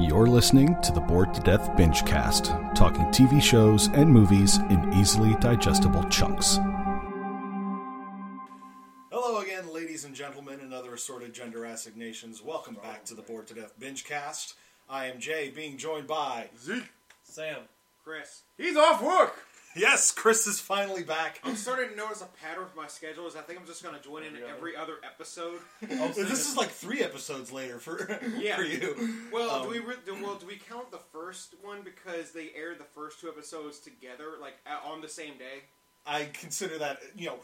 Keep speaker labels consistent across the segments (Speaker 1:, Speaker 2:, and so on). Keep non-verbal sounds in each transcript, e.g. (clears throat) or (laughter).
Speaker 1: You're listening to the Bored to Death Bingecast, talking TV shows and movies in easily digestible chunks.
Speaker 2: Hello again, ladies and gentlemen, and other assorted gender assignations. Welcome
Speaker 3: Oh,
Speaker 2: back to the Bored to Death Binge Cast. I am Jay, being joined by.
Speaker 3: Zeke.
Speaker 4: Sam.
Speaker 3: Chris. He's off work.
Speaker 2: Yes, Chris is finally back.
Speaker 5: I'm starting to notice a pattern with my schedule. Is I think I'm just going to join in every other (laughs) episode.
Speaker 2: This is like three episodes later for, (laughs)
Speaker 5: Yeah.
Speaker 2: for you.
Speaker 5: Well,
Speaker 2: Um,
Speaker 5: do we re- do, well do we count the first one because they aired the first two episodes together, like a- on the same day?
Speaker 2: I consider that, you know,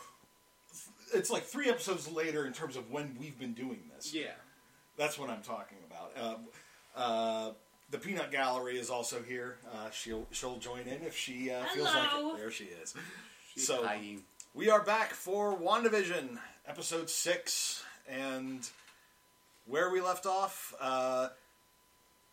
Speaker 2: it's like three episodes later in terms of when we've been doing this.
Speaker 5: Yeah.
Speaker 2: That's what I'm talking about. Um, uh, the Peanut Gallery is also here. Uh, she'll she'll join in if she uh, feels like
Speaker 4: Hello.
Speaker 2: it. There she is. so we are back for WandaVision episode six, and where we left off, uh,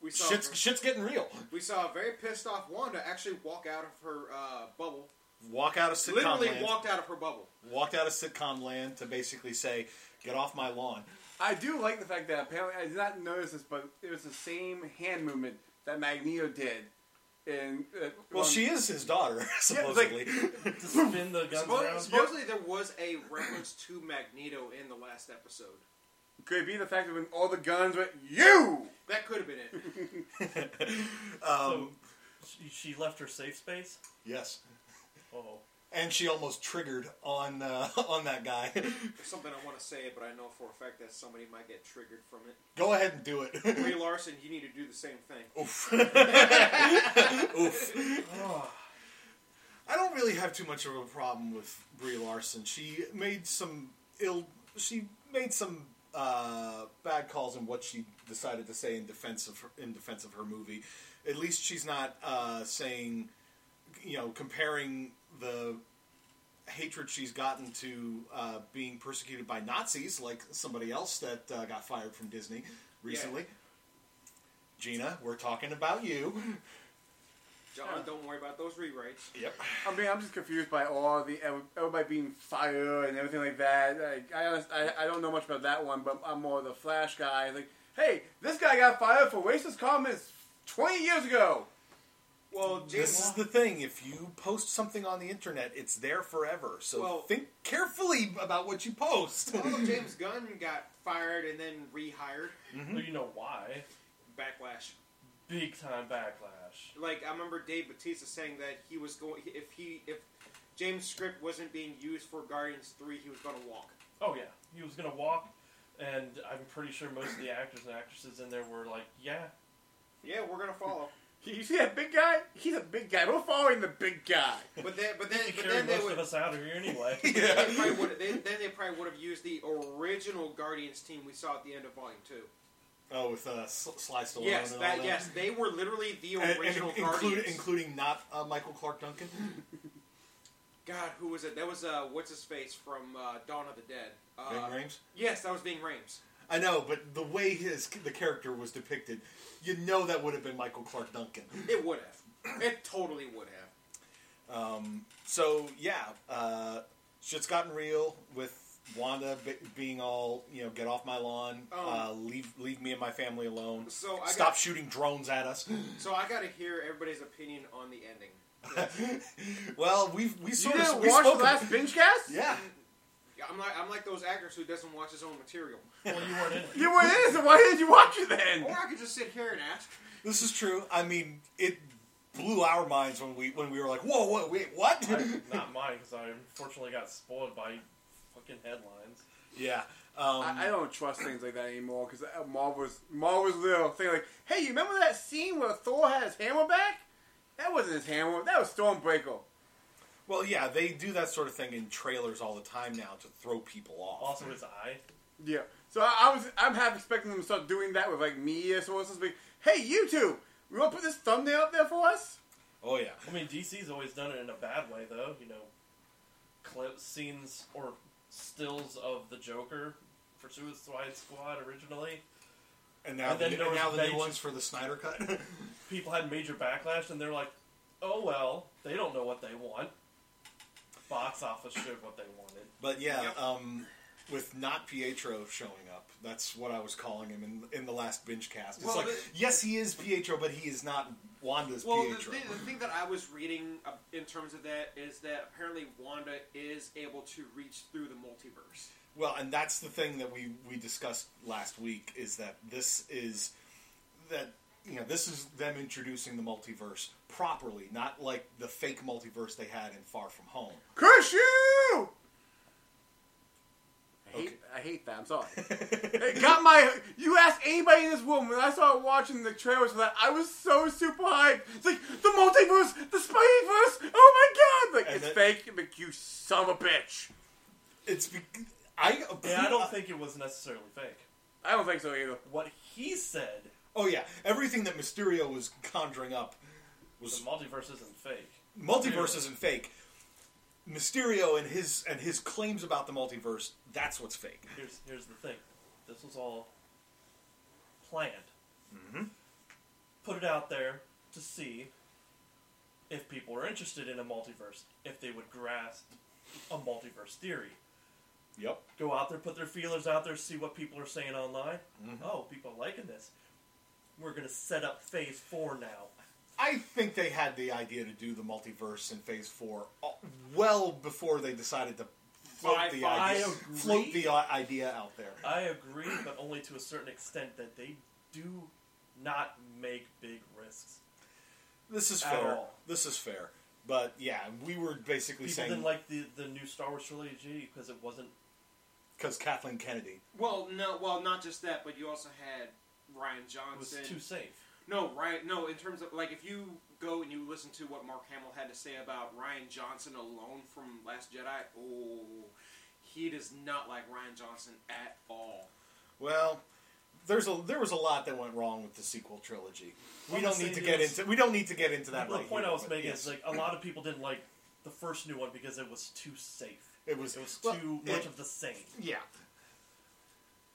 Speaker 5: We saw
Speaker 2: shit's shit's getting real.
Speaker 5: we saw a very pissed off Wanda actually walk out of her uh, bubble.
Speaker 2: Walk out of sitcom
Speaker 5: Literally
Speaker 2: land.
Speaker 5: walked out of her bubble.
Speaker 2: walked out of sitcom land to basically say, "Get off my lawn."
Speaker 3: I do like the fact that apparently I did not notice this, but it was the same hand movement that Magneto did. In uh,
Speaker 2: Well,
Speaker 3: on-
Speaker 2: she is his daughter, (laughs)
Speaker 3: Yeah, like-
Speaker 2: supposedly.
Speaker 4: To spin the guns
Speaker 5: Supposedly,
Speaker 4: around.
Speaker 5: supposedly there was a reference to Magneto in the last episode.
Speaker 3: could it be the fact that when all the guns went you.
Speaker 5: That could have
Speaker 3: (laughs)
Speaker 5: been it.
Speaker 4: So she, she left her safe space.
Speaker 2: yes,
Speaker 4: Oh,
Speaker 2: and she almost triggered on uh, (laughs) on that guy.
Speaker 5: Something I want to say, but I know for a fact that somebody might get triggered from it.
Speaker 2: Go ahead and do it. (laughs)
Speaker 5: Ray Larson, you need to do the same thing.
Speaker 3: Oh,
Speaker 2: I don't really have too much of a problem with Brie Larson. She made some ill. She made some uh, bad calls in what she decided to say in defense of her, in defense of her movie. At least she's not uh, saying, you know, comparing the hatred she's gotten to uh, being persecuted by Nazis, like somebody else that uh, got fired from Disney recently. Gina, we're talking about you.
Speaker 5: John, don't worry about those rewrites.
Speaker 2: Yep. (laughs)
Speaker 3: I mean, I'm just confused by all the everybody being fired and everything like that. Like, I, honest, I I don't know much about that one, but I'm more the Flash guy. Like, hey, this guy got fired for racist comments 20 years ago.
Speaker 5: Well, James,
Speaker 2: This is the thing. If you post something on the internet, it's there forever. So
Speaker 5: Well-
Speaker 2: think carefully about what you post. (laughs)
Speaker 5: well, James Gunn got fired and then rehired.
Speaker 4: Well, you know why?
Speaker 5: Backlash.
Speaker 4: Big time backlash.
Speaker 5: Like I remember Dave Batista saying that he was going if he if James' script wasn't being used for Guardians Three, he was going to walk.
Speaker 4: Oh yeah, he was gonna walk, and I'm pretty sure most of the actors and actresses in there were like, "Yeah,
Speaker 5: Yeah, we're going to follow.
Speaker 3: You see that big guy? He's a big guy. We're following the big guy.
Speaker 5: But then, but then,
Speaker 4: they
Speaker 5: but
Speaker 4: carry
Speaker 5: then they
Speaker 4: most of
Speaker 5: would.
Speaker 4: us out of here
Speaker 5: (laughs)
Speaker 4: anyway."
Speaker 5: They
Speaker 2: (laughs)
Speaker 5: probably would, they, then they probably would have used the original Guardians team we saw at the end of Volume Two.
Speaker 2: oh, with uh, S- Sly Stallone.
Speaker 5: Yes,
Speaker 2: and all
Speaker 5: that, yes, they were literally the
Speaker 2: And, and
Speaker 5: original
Speaker 2: include,
Speaker 5: Guardians.
Speaker 2: including not uh, Michael Clark Duncan.
Speaker 5: God, who was it? That was uh, what's his face from uh, Dawn of the Dead. Uh,
Speaker 2: Ving Rhames.
Speaker 5: Yes, that was Ving Rhames.
Speaker 2: I know, but the way his the character was depicted, you know that would have been Michael Clark Duncan.
Speaker 5: It would have. It totally would have.
Speaker 2: So yeah, uh, shit's gotten real with. Wanda be- being all you know, get off my lawn, uh,
Speaker 5: Oh.
Speaker 2: leave leave me and my family alone.
Speaker 5: So I
Speaker 2: Stop
Speaker 5: got-
Speaker 2: shooting drones at us.
Speaker 5: So I got to hear everybody's opinion on the ending.
Speaker 2: Well, we've we
Speaker 3: You
Speaker 2: sort of
Speaker 3: didn't
Speaker 2: we
Speaker 3: watch the
Speaker 2: spoke
Speaker 3: last binge cast?
Speaker 2: Yeah,
Speaker 5: Yeah, I'm like I'm like those actors who doesn't watch his own material.
Speaker 4: well, you weren't in. It.
Speaker 3: You were in, so why didn't you watch it
Speaker 5: Or
Speaker 2: Oh.
Speaker 3: then?
Speaker 5: I could just sit here and ask.
Speaker 2: this is true. I mean, it blew our minds when we when we were like, "Whoa, whoa, wait, what?"
Speaker 4: I, not mine, because I unfortunately got spoiled by fucking headlines.
Speaker 2: (laughs) yeah, um,
Speaker 3: I, I don't trust things like that anymore uh, because Marvel's Marvel's little thing like, hey, you remember that scene where Thor had his hammer back? That wasn't his hammer. That was Stormbreaker.
Speaker 2: well, yeah, they do that sort of thing in trailers all the time now to throw people off.
Speaker 4: Also, his eye.
Speaker 3: Yeah. So I, I was I'm half expecting them to start doing that with like me or someone else. Like, hey, you two, you want to put this thumbnail up there for us?
Speaker 2: Oh yeah,
Speaker 4: I mean, DC's always done it in a bad way, though. You know, clips, scenes, or stills of the Joker for Suicide Squad originally.
Speaker 2: and now
Speaker 4: And
Speaker 2: the,
Speaker 4: then there
Speaker 2: and
Speaker 4: was
Speaker 2: now the new
Speaker 4: Major-
Speaker 2: ones for the Snyder cut.
Speaker 4: People had major backlash, and they're like, "Oh well, they don't know what they want." Box office showed what they wanted.
Speaker 2: but yeah,
Speaker 5: Yep.
Speaker 2: um, with not Pietro showing up. That's what I was calling him in, in the last binge cast. It's
Speaker 5: Well,
Speaker 2: like,
Speaker 5: the-
Speaker 2: yes, he is Pietro, but he is not Wanda's
Speaker 5: Well, the,
Speaker 2: Pietro.
Speaker 5: thi- the thing that I was reading uh, in terms of that is that apparently Wanda is able to reach through the multiverse.
Speaker 2: Well, and that's the thing that we we discussed last week is that this is that you know this is them introducing the multiverse properly, not like the fake multiverse they had in Far From Home.
Speaker 3: Curse you! I hate,
Speaker 2: Okay.
Speaker 3: I hate that.
Speaker 2: (laughs)
Speaker 3: I'm sorry. It got my. You ask anybody in this room when I started watching the trailers for that, I was so super hyped. It's like the multiverse, the Spideyverse. Oh my god! Like
Speaker 2: And
Speaker 3: it's
Speaker 2: that-
Speaker 3: fake. Like you son of a bitch.
Speaker 2: It's be- I
Speaker 4: Yeah, I
Speaker 2: uh,
Speaker 4: don't think it was necessarily fake.
Speaker 3: I don't think so either.
Speaker 4: What he said,
Speaker 2: Oh yeah, everything that Mysterio was conjuring up
Speaker 4: the
Speaker 2: was
Speaker 4: multiverse isn't fake.
Speaker 2: multiverse isn't fake. Mysterio and his and his claims about the multiverse that's what's fake.
Speaker 4: Here's here's the thing. This was all planned. Put it out there to see if people were interested in a multiverse, if they would grasp a multiverse theory.
Speaker 2: Yep.
Speaker 4: Go out there, put their feelers out there, see what people are saying online. Oh, people are liking this. We're gonna set up phase four now.
Speaker 2: I think they had the idea to do the multiverse in Phase Four uh, well before they decided to float
Speaker 5: I-
Speaker 2: the
Speaker 5: I
Speaker 2: idea,
Speaker 4: agree.
Speaker 2: float the i- idea out there.
Speaker 4: I agree, but only to a certain extent that they do not make big risks.
Speaker 2: This is
Speaker 4: At
Speaker 2: fair.
Speaker 4: all.
Speaker 2: This is fair. But yeah, we were basically
Speaker 4: People
Speaker 2: saying
Speaker 4: didn't like the, the new Star Wars trilogy because it wasn't
Speaker 2: because Kathleen Kennedy.
Speaker 5: Well, no, well, not just that, but you also had Ryan
Speaker 4: it was
Speaker 5: Johnson.
Speaker 4: too safe.
Speaker 5: No, Ryan. No, in terms of like if you go and you listen to what Mark Hamill had to say about Ryan Johnson alone from Last Jedi, oh, he does not like Ryan Johnson at all.
Speaker 2: Well, there's a there was a lot that went wrong with the sequel trilogy. We
Speaker 4: I'm
Speaker 2: don't
Speaker 4: saying
Speaker 2: need to
Speaker 4: it
Speaker 2: get
Speaker 4: was-
Speaker 2: into we don't need to get into that.
Speaker 4: the
Speaker 2: right
Speaker 4: point
Speaker 2: here,
Speaker 4: I was
Speaker 2: but
Speaker 4: making
Speaker 2: yes.
Speaker 4: is like a lot of people didn't like the first new one because it was too safe.
Speaker 2: It was-
Speaker 4: it was
Speaker 2: well,
Speaker 4: too
Speaker 2: it-
Speaker 4: much of the same.
Speaker 2: yeah,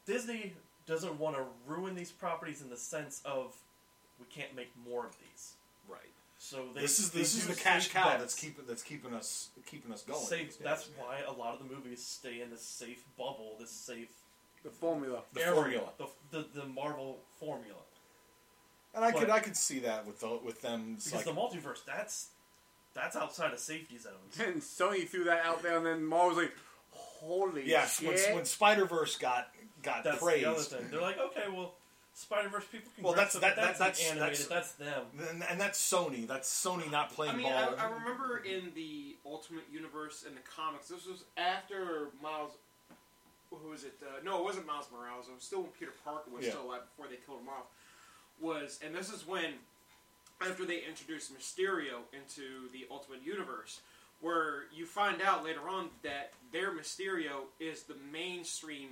Speaker 4: Disney doesn't want to ruin these properties in the sense of we can't make more of these.
Speaker 2: right.
Speaker 4: So they,
Speaker 2: this is
Speaker 4: they
Speaker 2: this is
Speaker 4: do
Speaker 2: the cash
Speaker 4: safe
Speaker 2: cow
Speaker 4: bets.
Speaker 2: that's keeping that's keeping us keeping us going.
Speaker 4: Safe.
Speaker 2: these days.
Speaker 4: That's why a lot of the movies stay in this safe bubble, this safe
Speaker 3: The formula.
Speaker 2: The
Speaker 4: area,
Speaker 2: formula.
Speaker 4: the, the the Marvel formula.
Speaker 2: And I
Speaker 4: But-
Speaker 2: could I could see that with the, with them. It's
Speaker 4: Because
Speaker 2: like,
Speaker 4: the multiverse, that's that's outside of safety zones.
Speaker 3: And Sony threw that out there, and then Marvel was like, "Holy
Speaker 2: yes, when,
Speaker 3: shit!"
Speaker 2: when Spider Verse got got
Speaker 4: That's
Speaker 2: praised,
Speaker 4: the other thing. They're like, okay, well, Spider Verse people can.
Speaker 2: Well,
Speaker 4: grasp
Speaker 2: that's-
Speaker 4: it, but
Speaker 2: that- that-
Speaker 4: that's
Speaker 2: that's-
Speaker 4: animated. That's, them.
Speaker 2: and, and that's Sony. That's Sony not playing
Speaker 5: I mean,
Speaker 2: ball.
Speaker 5: I, I remember in the Ultimate Universe in the comics, this was after Miles. Who was it? Uh, no, it wasn't Miles Morales. It was still when Peter Parker was
Speaker 2: Yeah.
Speaker 5: still alive before they killed him off. Was and this is when, after they introduced Mysterio into the Ultimate Universe, where you find out later on that their Mysterio is the mainstream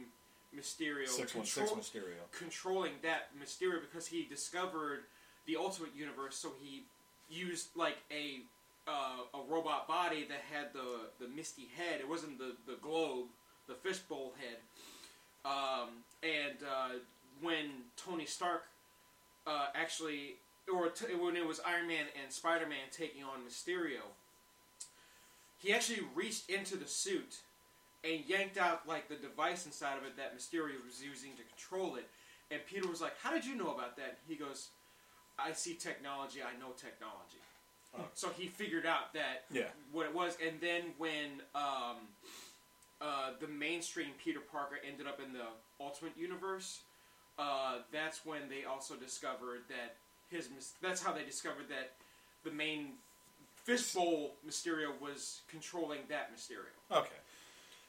Speaker 5: Mysterio,
Speaker 2: Six one six
Speaker 5: control-
Speaker 2: Mysterio.
Speaker 5: controlling that Mysterio because he discovered the Ultimate Universe, so he used like a uh, a robot body that had the the misty head. It wasn't the the globe, the fishbowl head. Um, and uh, when Tony Stark uh, actually, or t- when it was Iron Man and Spider Man taking on Mysterio, he actually reached into the suit and yanked out like the device inside of it that Mysterio was using to control it. And Peter was like, "How did you know about that?" He goes, "I see technology. I know technology."
Speaker 2: Oh.
Speaker 5: So he figured out that
Speaker 2: Yeah.
Speaker 5: what it was. And then when um, uh, the mainstream Peter Parker ended up in the Ultimate Universe, uh, that's when they also discovered that his. mys- That's how they discovered that the main fishbowl Mysterio was controlling that Mysterio.
Speaker 2: Okay,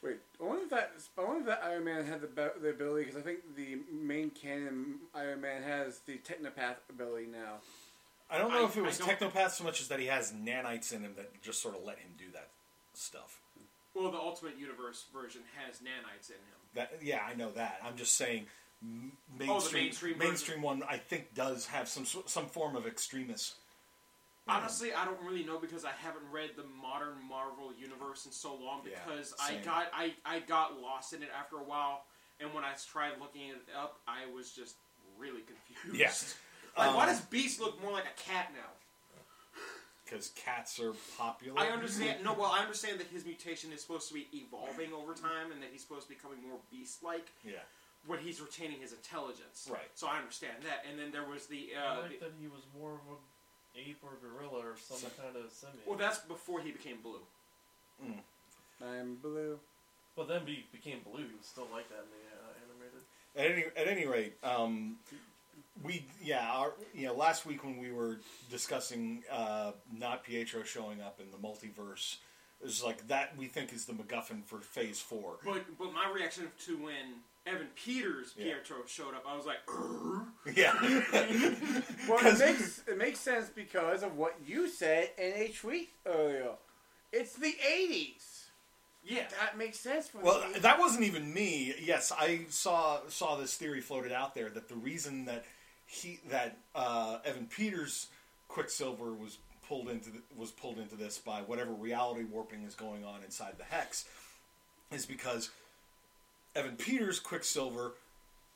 Speaker 3: Wait, I wonder if that I wonder if that Iron Man had the, be- the ability because I think the main canon Iron Man has the technopath ability now.
Speaker 2: I don't know
Speaker 5: I-
Speaker 2: if it
Speaker 5: I
Speaker 2: was
Speaker 5: don't-
Speaker 2: Technopath so much as that he has nanites in him that just sort of let him do that stuff.
Speaker 5: Well, the Ultimate Universe version has nanites in him.
Speaker 2: That yeah, I know that. I'm just saying. m- Mainstream,
Speaker 5: Oh, mainstream version.
Speaker 2: mainstream one, I think, does have some s- some form of extremist. Hmm.
Speaker 5: Honestly, I don't really know because I haven't read the modern Marvel universe in so long
Speaker 2: Yeah,
Speaker 5: because
Speaker 2: same.
Speaker 5: I got I, I got lost in it after a while, and when I tried looking it up, I was just really (laughs) confused.
Speaker 2: Yes,
Speaker 5: Like, why
Speaker 2: Um,
Speaker 5: does Beast look more like a cat now?
Speaker 2: because cats are popular.
Speaker 5: I understand. No, well, I understand that his mutation is supposed to be evolving over time, and that he's supposed to be becoming more beast-like,
Speaker 2: Yeah.
Speaker 5: but he's retaining his intelligence.
Speaker 2: Right.
Speaker 5: So I understand that. And then there was the.
Speaker 4: I
Speaker 5: Uh,
Speaker 4: like
Speaker 5: the
Speaker 4: that he was more of an ape or gorilla or some
Speaker 2: Some-
Speaker 4: kind of simian.
Speaker 5: well, that's before he became blue.
Speaker 3: I'm blue.
Speaker 4: but then he became blue. He was still like that in the uh, animated.
Speaker 2: At any at any rate, um, we yeah, our, you know, last week when we were discussing uh, not Pietro showing up in the multiverse, it was like that we think is the MacGuffin for Phase Four. (laughs)
Speaker 5: But but my reaction to when Evan Peters
Speaker 2: Yeah.
Speaker 5: Pietro showed up, I was like, "Urgh."
Speaker 2: Yeah,
Speaker 3: Well,
Speaker 2: (laughs)
Speaker 3: it
Speaker 2: 'Cause-
Speaker 3: makes it makes sense because of what you said in a tweet earlier. It's the '80s.
Speaker 5: yeah.
Speaker 3: That makes sense for
Speaker 2: Well,
Speaker 3: me.
Speaker 2: that wasn't even me. Yes, I saw saw this theory floated out there that the reason that he that uh, Evan Peters Quicksilver was pulled into the, was pulled into this by whatever reality warping is going on inside the hex is because Evan Peters Quicksilver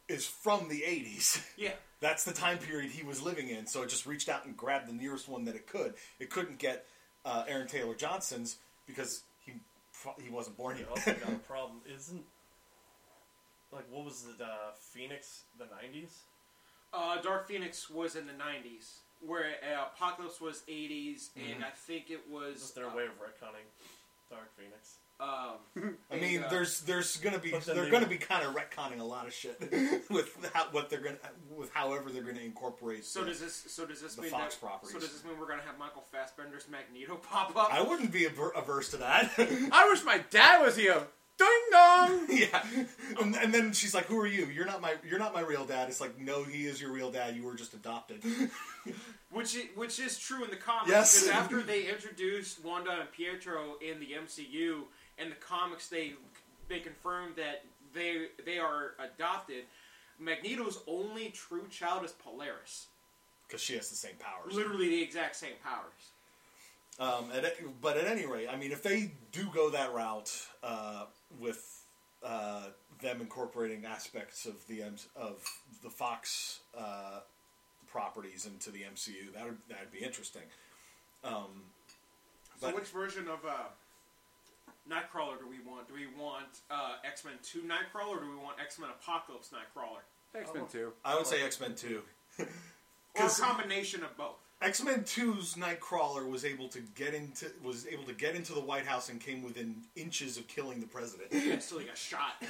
Speaker 2: is from the 80s.
Speaker 5: Yeah.
Speaker 2: (laughs) That's the time period he was living in, so it just reached out and grabbed the nearest one that it could. It couldn't get uh, Aaron Taylor Johnson's because he pro- he wasn't born
Speaker 4: You
Speaker 2: yet.
Speaker 4: also got a problem. Isn't like what was it? Uh, Phoenix the nineties.
Speaker 5: Uh, Dark Phoenix was in the '90s, where uh, Apocalypse was '80s, and I think it was
Speaker 4: This is their
Speaker 5: uh,
Speaker 4: way of retconning Dark Phoenix.
Speaker 5: Um,
Speaker 2: I mean,
Speaker 5: and, uh,
Speaker 2: there's there's gonna be
Speaker 4: But then
Speaker 2: they're
Speaker 4: they-
Speaker 2: gonna be kind of retconning a lot of shit (laughs) with how, what they're gonna with however they're gonna incorporate.
Speaker 5: So
Speaker 2: the-
Speaker 5: does this? So does this
Speaker 2: The
Speaker 5: mean
Speaker 2: Fox
Speaker 5: that?
Speaker 2: properties.
Speaker 5: So does this mean we're gonna have Michael Fassbender's Magneto (laughs) pop up?
Speaker 2: I wouldn't be aver- averse to that. (laughs)
Speaker 3: I wish my dad was here. Ding dong.
Speaker 2: yeah, and, and then she's like, "Who are you? You're not my you're not my real dad." It's like, no, he is your real dad. You were just adopted. (laughs)
Speaker 5: which is, which is true in the comics.
Speaker 2: Yes. (laughs)
Speaker 5: Because after they introduced Wanda and Pietro in the MCU, in the comics they they confirmed that they they are adopted. Magneto's only true child is Polaris.
Speaker 2: Because she has the same powers.
Speaker 5: Literally the exact same powers.
Speaker 2: Um, at, a- but at any rate, I mean, if they do go that route uh, with uh, them incorporating aspects of the M- of the Fox uh, properties into the MCU, that would that'd be interesting. Um,
Speaker 5: So
Speaker 2: But-
Speaker 5: which version of uh, Nightcrawler do we want? Do we want uh, X Men Two Nightcrawler, or do we want X Men Apocalypse Nightcrawler,
Speaker 3: X Men Two.
Speaker 2: I would say X Men Two.
Speaker 5: or
Speaker 2: 'Cause-
Speaker 5: a combination
Speaker 2: (laughs)
Speaker 5: of both?
Speaker 2: X Men 2's Nightcrawler was able to get into was able to get into the White House and came within inches of killing the president.
Speaker 5: Yeah, still he got shot.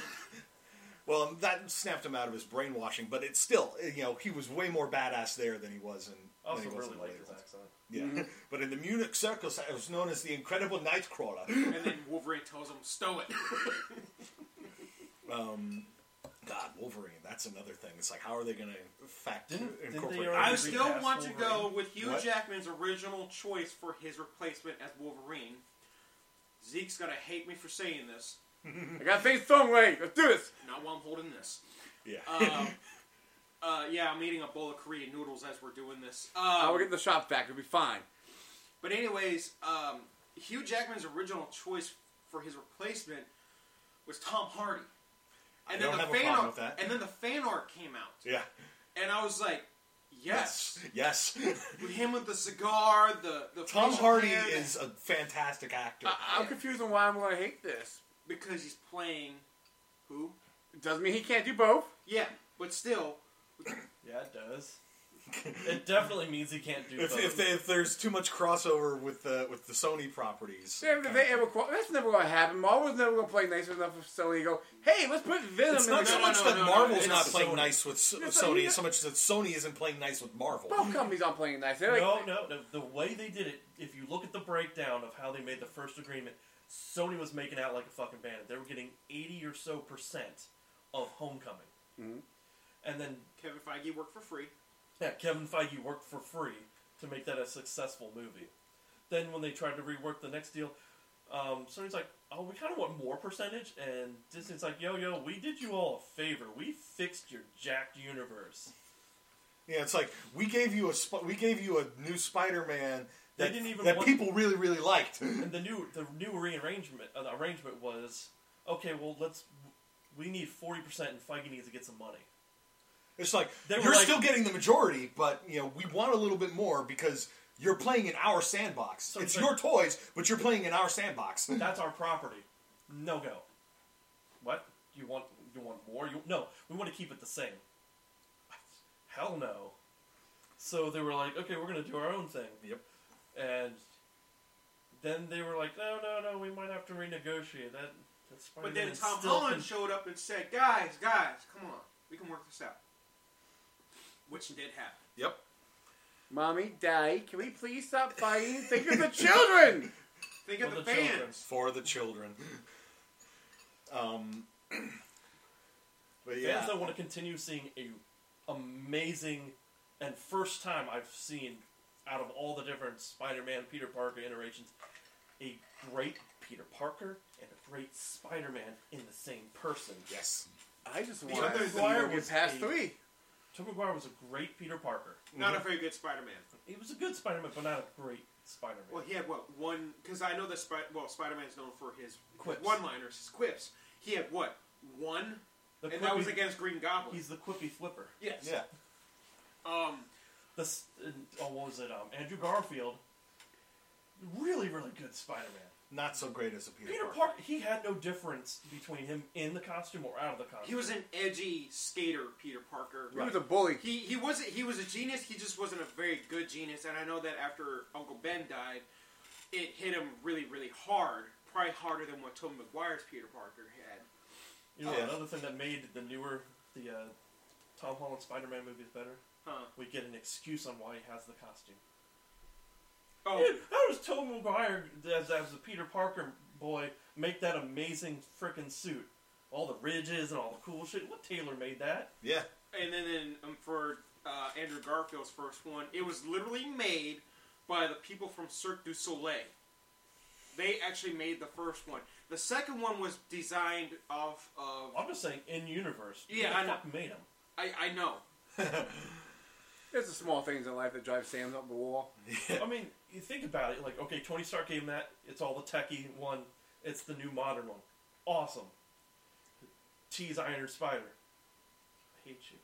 Speaker 2: Well, that snapped him out of his brainwashing, but it's still, you know, he was way more badass there than he was in.
Speaker 4: I also
Speaker 2: than he was
Speaker 4: really
Speaker 2: in the
Speaker 4: like
Speaker 2: later
Speaker 4: his
Speaker 2: ones.
Speaker 4: accent.
Speaker 2: Yeah, but in the Munich circus, I was known as the Incredible Nightcrawler.
Speaker 5: and then Wolverine tells him, "Stow it."
Speaker 2: God, Wolverine, that's another thing. It's like, how are they going to fact
Speaker 4: Didn't- didn't they
Speaker 2: incorporate?
Speaker 4: already-
Speaker 5: I
Speaker 4: Did
Speaker 2: I,
Speaker 4: we
Speaker 5: still
Speaker 4: pass
Speaker 5: want to go
Speaker 4: Wolverine?
Speaker 5: with Hugh
Speaker 2: What?
Speaker 5: Jackman's original choice for his replacement as Wolverine. Zeke's gonna hate me for saying this,
Speaker 3: I got things thrown away. Let's do this.
Speaker 5: not while I'm holding this.
Speaker 2: yeah,
Speaker 5: Um, uh, yeah, I'm eating a bowl of Korean noodles as we're doing this. Um,
Speaker 3: I
Speaker 2: Oh,
Speaker 3: will get Uh, the shop back. It'll be fine.
Speaker 5: But anyways, um, Hugh Jackman's original choice for his replacement was Tom Hardy, and
Speaker 2: I don't
Speaker 5: then
Speaker 2: have
Speaker 5: the
Speaker 2: a
Speaker 5: fan
Speaker 2: problem
Speaker 5: art,
Speaker 2: with that.
Speaker 5: and then the fan art came out,
Speaker 2: (laughs) yeah,
Speaker 5: and I was like,
Speaker 2: (laughs)
Speaker 5: yes,
Speaker 2: yes.
Speaker 5: with him with the cigar, the the
Speaker 2: Tom
Speaker 5: facial
Speaker 2: Hardy
Speaker 5: hair,
Speaker 2: is a fantastic actor.
Speaker 3: I, I'm confused on why I'm going to hate this.
Speaker 5: because he's playing who?
Speaker 3: It doesn't mean he can't do both.
Speaker 5: Yeah, but still,
Speaker 4: Yeah, it
Speaker 2: (laughs)
Speaker 4: does. it definitely means he can't do
Speaker 2: if,
Speaker 4: both.
Speaker 2: if, they, if there's too much crossover with the with the Sony properties,
Speaker 3: They, they, they ever, qua- that's never going to happen. Marvel's never going to play nice enough with Sony. Go, hey, let's put Venom
Speaker 2: it's
Speaker 3: in the
Speaker 2: not so
Speaker 5: no,
Speaker 2: much
Speaker 5: no,
Speaker 2: that
Speaker 5: no, no,
Speaker 2: Marvel's
Speaker 5: it's
Speaker 2: not playing
Speaker 4: Sony.
Speaker 2: nice with so-
Speaker 3: Yes, I
Speaker 2: Sony,
Speaker 3: mean-
Speaker 2: so much that Sony isn't playing nice with Marvel.
Speaker 3: Both companies aren't playing nice. They're like,
Speaker 4: no, no, no. The way they did it, if you look at the breakdown of how they made the first agreement, Sony was making out like a fucking bandit. They were getting 80 or so percent of Homecoming. And then
Speaker 5: Kevin Feige worked for free.
Speaker 4: yeah, Kevin Feige worked for free to make that a successful movie. Then when they tried to rework the next deal, um, Sony's like, oh, we kind of want more percentage. And Disney's like, yo, yo, we did you all a favor. We fixed your jacked universe.
Speaker 2: Yeah, it's like we gave you a sp- we gave you a new Spider-Man
Speaker 4: They
Speaker 2: that,
Speaker 4: didn't even
Speaker 2: that
Speaker 4: want-
Speaker 2: people really really liked.
Speaker 4: And the new the new rearrangement uh, the arrangement was okay. Well, let's we need forty percent, and Feige needs to get some money.
Speaker 2: It's like
Speaker 4: They were
Speaker 2: you're
Speaker 4: like-
Speaker 2: still getting the majority, but you know we want a little bit more because You're playing in our sandbox.
Speaker 4: So
Speaker 2: it's
Speaker 4: it's like-
Speaker 2: your toys, but you're playing in our
Speaker 4: (laughs)
Speaker 2: sandbox.
Speaker 4: That's our property. No go. What? You want you want more? You no. We want to keep it the same. Hell no. So they were like, okay, we're gonna do our own thing,
Speaker 2: yep.
Speaker 4: and then they were like, no, no, no, we might have to renegotiate that. That's
Speaker 5: But then
Speaker 4: Spider-Man
Speaker 5: Tom
Speaker 4: still
Speaker 5: Holland
Speaker 4: can-
Speaker 5: showed up and said, "Guys, guys, come on, we can work this out," which did happen.
Speaker 2: Yep.
Speaker 3: Mommy, Daddy, can we please stop fighting? Think of the children.
Speaker 5: Think
Speaker 4: For
Speaker 5: of the,
Speaker 4: the children.
Speaker 5: fans.
Speaker 2: For the children. um. But yeah.
Speaker 4: Fans that want to continue seeing a amazing and first time I've seen out of all the different Spider-Man Peter Parker iterations, a great Peter Parker and a great Spider-Man in the same person.
Speaker 2: yes.
Speaker 3: I just
Speaker 5: The
Speaker 3: want
Speaker 5: other
Speaker 3: to see
Speaker 4: Maguire
Speaker 3: them get
Speaker 4: was
Speaker 3: past
Speaker 4: a-
Speaker 3: three.
Speaker 4: Tobey Maguire was a great Peter Parker.
Speaker 5: Not a very good Spider-Man.
Speaker 4: He was a good Spider-Man, but not a great Spider-Man.
Speaker 5: Well, he had what one? Because I know that Spi- well, Spider-Man's known for his
Speaker 4: Quips.
Speaker 5: one-liners, his quips. He had what one,
Speaker 4: The
Speaker 5: and that was
Speaker 4: quippy-
Speaker 5: against Green Goblin.
Speaker 4: He's the quippy flipper.
Speaker 5: yes.
Speaker 2: Yeah.
Speaker 5: Um,
Speaker 4: The s- uh, oh, what was it? Um, Andrew Garfield. Really, really good Spider-Man.
Speaker 2: Not so great as a Peter,
Speaker 4: Peter
Speaker 2: Parker.
Speaker 4: Parker, he had no difference between him in the costume or out of the costume.
Speaker 5: he was an edgy skater, Peter Parker.
Speaker 3: He was a bully.
Speaker 5: He he wasn't he was a genius. He just wasn't a very good genius. And I know that after Uncle Ben died, it hit him really really hard. Probably harder than what Tobey Maguire's Peter Parker had.
Speaker 4: You know,
Speaker 2: Yeah.
Speaker 4: another thing that made the newer, the uh, Tom Holland Spider-Man movies better,
Speaker 5: Huh.
Speaker 4: we get an excuse on why he has the costume.
Speaker 5: Oh,
Speaker 4: Dude, how does Tom Maguire, as, as a Peter Parker boy, make that amazing frickin' suit? All the ridges and all the cool shit. What tailor made that?
Speaker 2: Yeah.
Speaker 5: and then, then um, for uh, Andrew Garfield's first one, it was literally made by the people from Cirque du Soleil. They actually made the first one. The second one was designed off of
Speaker 4: I'm just saying, in universe.
Speaker 5: Yeah,
Speaker 4: who
Speaker 5: I
Speaker 4: the
Speaker 5: know.
Speaker 4: fuck made him?
Speaker 5: I, I know
Speaker 3: There's the small things in life that drive Sam up the wall.
Speaker 4: I mean, you think about it. Like, okay, Tony Stark gave him that. It's all the techie one. It's the new modern one. Awesome. Tease Iron Spider. I hate you.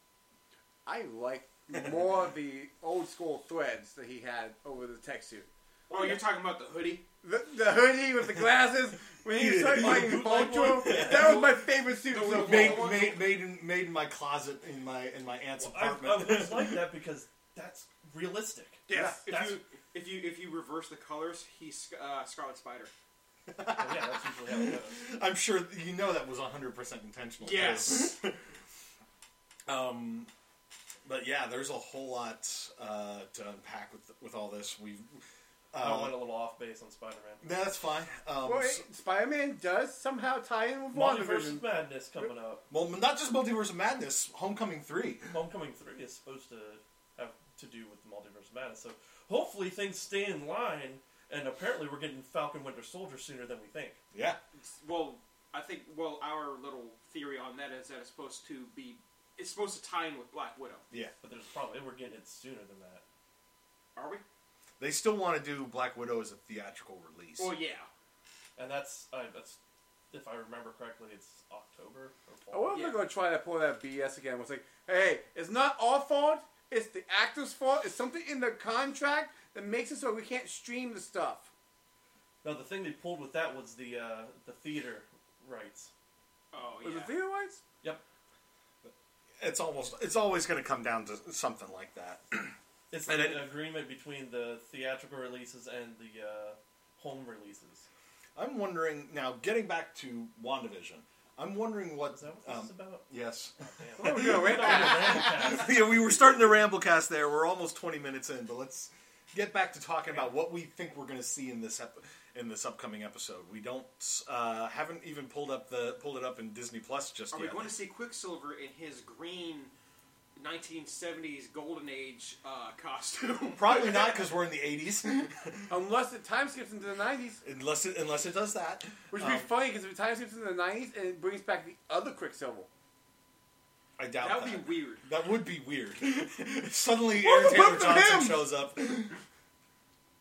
Speaker 3: I like more of the old school threads that he had over the tech suit.
Speaker 5: Oh, you're talking about the hoodie?
Speaker 3: The, the hoodie with the glasses when he started fighting
Speaker 4: bootleg
Speaker 3: Vulture.
Speaker 4: one? Yeah.
Speaker 3: That was my favorite suit.
Speaker 5: The
Speaker 3: so
Speaker 5: one-
Speaker 3: far.
Speaker 2: Made, made, made, in, made in my closet in my in my aunt's
Speaker 4: I, I
Speaker 2: apartment.
Speaker 4: always like that because that's realistic.
Speaker 5: Yes. If
Speaker 4: That's-
Speaker 5: you if you if you reverse the colors, he's uh, Scarlet Spider.
Speaker 4: Oh, yeah, that's usually how it goes.
Speaker 2: (laughs)
Speaker 5: (laughs)
Speaker 2: I'm sure th- you know that was 100% intentional.
Speaker 5: Yes.
Speaker 2: 'cause- um, but yeah, there's a whole lot uh, to unpack with with all this. We
Speaker 4: I
Speaker 2: uh,
Speaker 4: went a little off base on Spider-Man.
Speaker 2: that's fine. Um,
Speaker 3: Well,
Speaker 2: s-
Speaker 3: it- Spider-Man does somehow tie in with
Speaker 4: Multiverse
Speaker 3: WandaVision.
Speaker 4: of Madness coming up.
Speaker 2: well, not just Multiverse of Madness, Homecoming three.
Speaker 4: Homecoming three is supposed to have to do with the Multiverse of Madness, so hopefully things stay in line. And apparently, we're getting Falcon Winter Soldier sooner than we think.
Speaker 2: Yeah,
Speaker 5: (laughs) Well, I think well our little theory on that is that it's supposed to be it's supposed to tie in with Black Widow.
Speaker 2: yeah.
Speaker 4: But there's probably we're getting it sooner than that.
Speaker 5: Are we?
Speaker 2: They still want to do Black Widow as a theatrical release.
Speaker 5: Well, yeah.
Speaker 4: And that's I that's if I remember correctly, it's October or
Speaker 3: I
Speaker 2: Oh,
Speaker 4: fall.
Speaker 3: wonder if
Speaker 5: Yeah.
Speaker 3: they're going to try to pull that BS again. It's like, hey, it's not our fault. It's the actor's fault. It's something in the contract that makes it so we can't stream the stuff.
Speaker 4: Now the thing they pulled with that was the uh, the theater rights.
Speaker 5: Oh
Speaker 3: Was it
Speaker 5: yeah.
Speaker 3: theater
Speaker 5: (laughs)
Speaker 3: rights?
Speaker 4: Yep,
Speaker 2: it's almost it's always going to come down to something like that. (clears throat)
Speaker 4: it's
Speaker 2: And
Speaker 4: an
Speaker 2: it-
Speaker 4: agreement between the theatrical releases and the uh, home releases.
Speaker 2: I'm wondering now. Getting back to WandaVision, I'm wondering what.
Speaker 4: Is that what this
Speaker 2: um,
Speaker 4: is about?
Speaker 2: yes.
Speaker 4: Damn.
Speaker 3: We're gonna wait.
Speaker 2: (laughs)
Speaker 5: (laughs)
Speaker 2: yeah, we were starting the Ramblecast there. We're almost 20 minutes in, but let's get back to talking about what we think we're going to see in this ep- in this upcoming episode. We don't uh, haven't even pulled up the pulled it up in Disney Plus just
Speaker 5: Are we
Speaker 2: yet.
Speaker 5: going to see Quicksilver in his green 1970s Golden Age uh, costume?
Speaker 2: Probably
Speaker 5: (laughs)
Speaker 2: not because we're in the 80s,
Speaker 3: Unless it time skips into the 90s,
Speaker 2: unless it, unless it does that.
Speaker 3: which would be
Speaker 2: Um,
Speaker 3: funny because if it time skips into the 90s and it brings back the other Quicksilver.
Speaker 2: I doubt
Speaker 5: That would be weird.
Speaker 2: That would be
Speaker 5: (laughs)
Speaker 2: weird. Suddenly,
Speaker 3: What
Speaker 2: Aaron Taylor
Speaker 3: happened to
Speaker 2: Johnson
Speaker 3: him?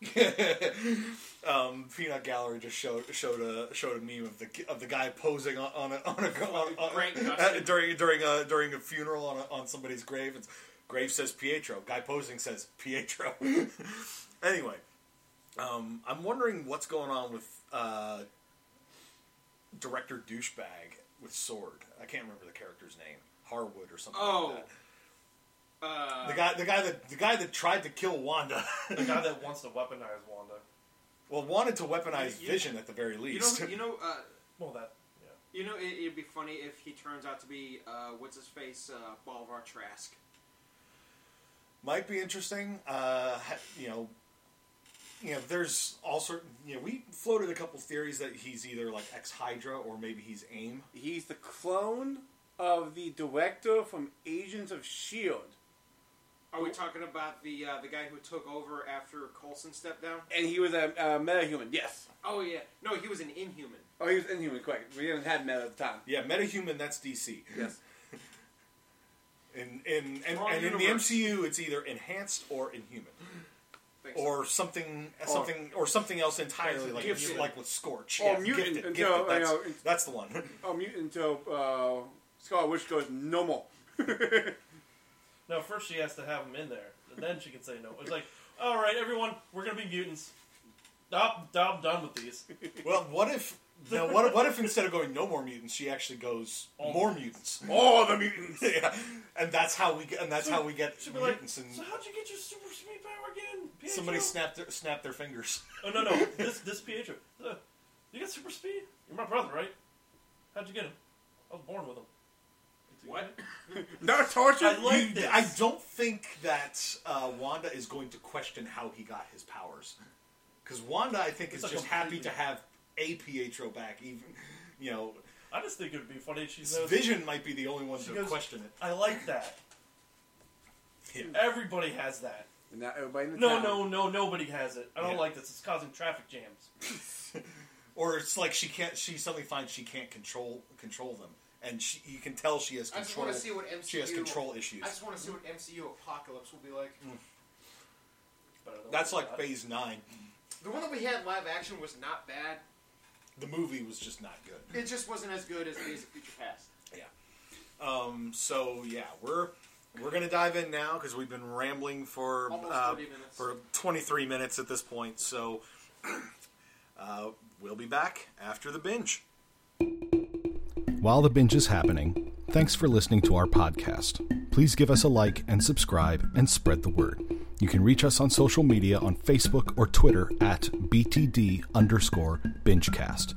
Speaker 2: shows up. (laughs) um, Peanut Gallery just showed showed a showed a meme of the of the guy posing on, on a uh, on a on, a- on,
Speaker 5: Great
Speaker 2: on-
Speaker 5: costume.
Speaker 2: during during a during a funeral on a, on somebody's grave. It's Graves says Pietro. Guy Posing says Pietro. (laughs) anyway, um, I'm wondering what's going on with uh, director douchebag with sword. I can't remember the character's name. Harwood or something.
Speaker 5: Oh.
Speaker 2: like that.
Speaker 5: Uh,
Speaker 2: The guy, the guy that the guy that tried to kill Wanda. (laughs)
Speaker 4: The guy that wants to weaponize Wanda.
Speaker 2: well, wanted to weaponize
Speaker 5: You- you-
Speaker 2: Vision at the very
Speaker 5: you know,
Speaker 2: least.
Speaker 5: you know, uh,
Speaker 4: Well, that. Yeah.
Speaker 5: you know, it, it'd be funny if he turns out to be uh, what's his face, uh, Bolivar Trask.
Speaker 2: (laughs) Might be interesting. Uh, ha- you know, you know, there's all sort. You know, we floated a couple theories that he's either like ex Hydra or maybe he's AIM.
Speaker 3: He's the clone of the director from Agents of Shield,
Speaker 5: Are we talking about the uh, the guy who took over after Coulson stepped down?
Speaker 3: and he was a, a metahuman. Yes.
Speaker 5: Oh yeah, no, he was an Inhuman.
Speaker 3: Oh, he was inhuman. Quick, we didn't have meta at the time.
Speaker 2: Yeah, metahuman. That's DC.
Speaker 3: Yes.
Speaker 2: In in and,
Speaker 5: Wrong
Speaker 2: and in the
Speaker 5: universe.
Speaker 2: MCU, it's either enhanced or inhuman,
Speaker 5: Thanks.
Speaker 2: or something something or something else entirely, like
Speaker 5: Gifted.
Speaker 2: like with Scorch.
Speaker 3: Or
Speaker 2: Yeah,
Speaker 3: mutant,
Speaker 2: gifted,
Speaker 3: and
Speaker 2: gifted,
Speaker 3: so, you
Speaker 2: that's,
Speaker 3: know, it's-
Speaker 2: that's the one. (laughs)
Speaker 3: Oh, mutant until uh, Scarlet Witch goes no more.
Speaker 4: No, first she has to have him in there, and then she can say no. It's like, all right, everyone, we're gonna be mutants. I'm, I'm done with these.
Speaker 2: well, what if? Now, what, if- what if instead of going no more mutants, she actually goes
Speaker 4: All
Speaker 2: more mutants?
Speaker 3: All the mutants. (laughs)
Speaker 2: (laughs) yeah, and that's how we get, and that's how we get
Speaker 4: She'll be like,
Speaker 2: mutants. and
Speaker 4: so how'd you get your super speed power again? Pietro?
Speaker 2: somebody snapped their, snapped their
Speaker 3: (laughs)
Speaker 2: fingers.
Speaker 4: Oh no no, this this Pietro. Uh, you got super speed? You're my brother, right? How'd you get him? I was born with him.
Speaker 5: What?
Speaker 3: No torture.
Speaker 4: I like
Speaker 2: You-
Speaker 4: this.
Speaker 2: I don't think that uh, Wanda is going to question how he got his powers, because Wanda, I think,
Speaker 4: It's
Speaker 2: is
Speaker 4: like
Speaker 2: just
Speaker 4: a-
Speaker 2: happy to have a Pietro back. Even you know,
Speaker 4: I just think it would be funny if she says,
Speaker 2: Vision might be the only one
Speaker 4: She
Speaker 2: to
Speaker 4: goes-
Speaker 2: question it.
Speaker 4: "I like that."
Speaker 2: Yeah.
Speaker 4: Everybody has that.
Speaker 3: And now everybody in the
Speaker 4: No
Speaker 3: town.
Speaker 4: no no, nobody has it. I don't
Speaker 2: Yeah.
Speaker 4: like this. It's causing traffic jams.
Speaker 2: Or it's like she can't. She suddenly finds she can't control control them, and she, you can tell she has
Speaker 5: I just
Speaker 2: control.
Speaker 5: want to see what MCU.
Speaker 2: she has control issues. Hmm.
Speaker 5: I just want to see what MCU apocalypse will be like.
Speaker 4: But I don't
Speaker 2: That's
Speaker 4: like
Speaker 2: like
Speaker 4: that.
Speaker 2: Phase Nine.
Speaker 5: The one that we had live action was not bad.
Speaker 2: The movie was just not good.
Speaker 5: It just wasn't as good as Days of Future Past.
Speaker 2: Yeah. Um, so yeah, we're we're gonna dive in now because we've been rambling for
Speaker 5: Almost
Speaker 2: uh,
Speaker 5: 30 minutes.
Speaker 2: for 23 minutes at this point. So (clears throat) uh, we'll be back after the binge.
Speaker 1: While the binge is happening, thanks for listening to our podcast. Please give us a like and subscribe and spread the word. You can reach us on social media on Facebook or Twitter at BTD underscore bingecast.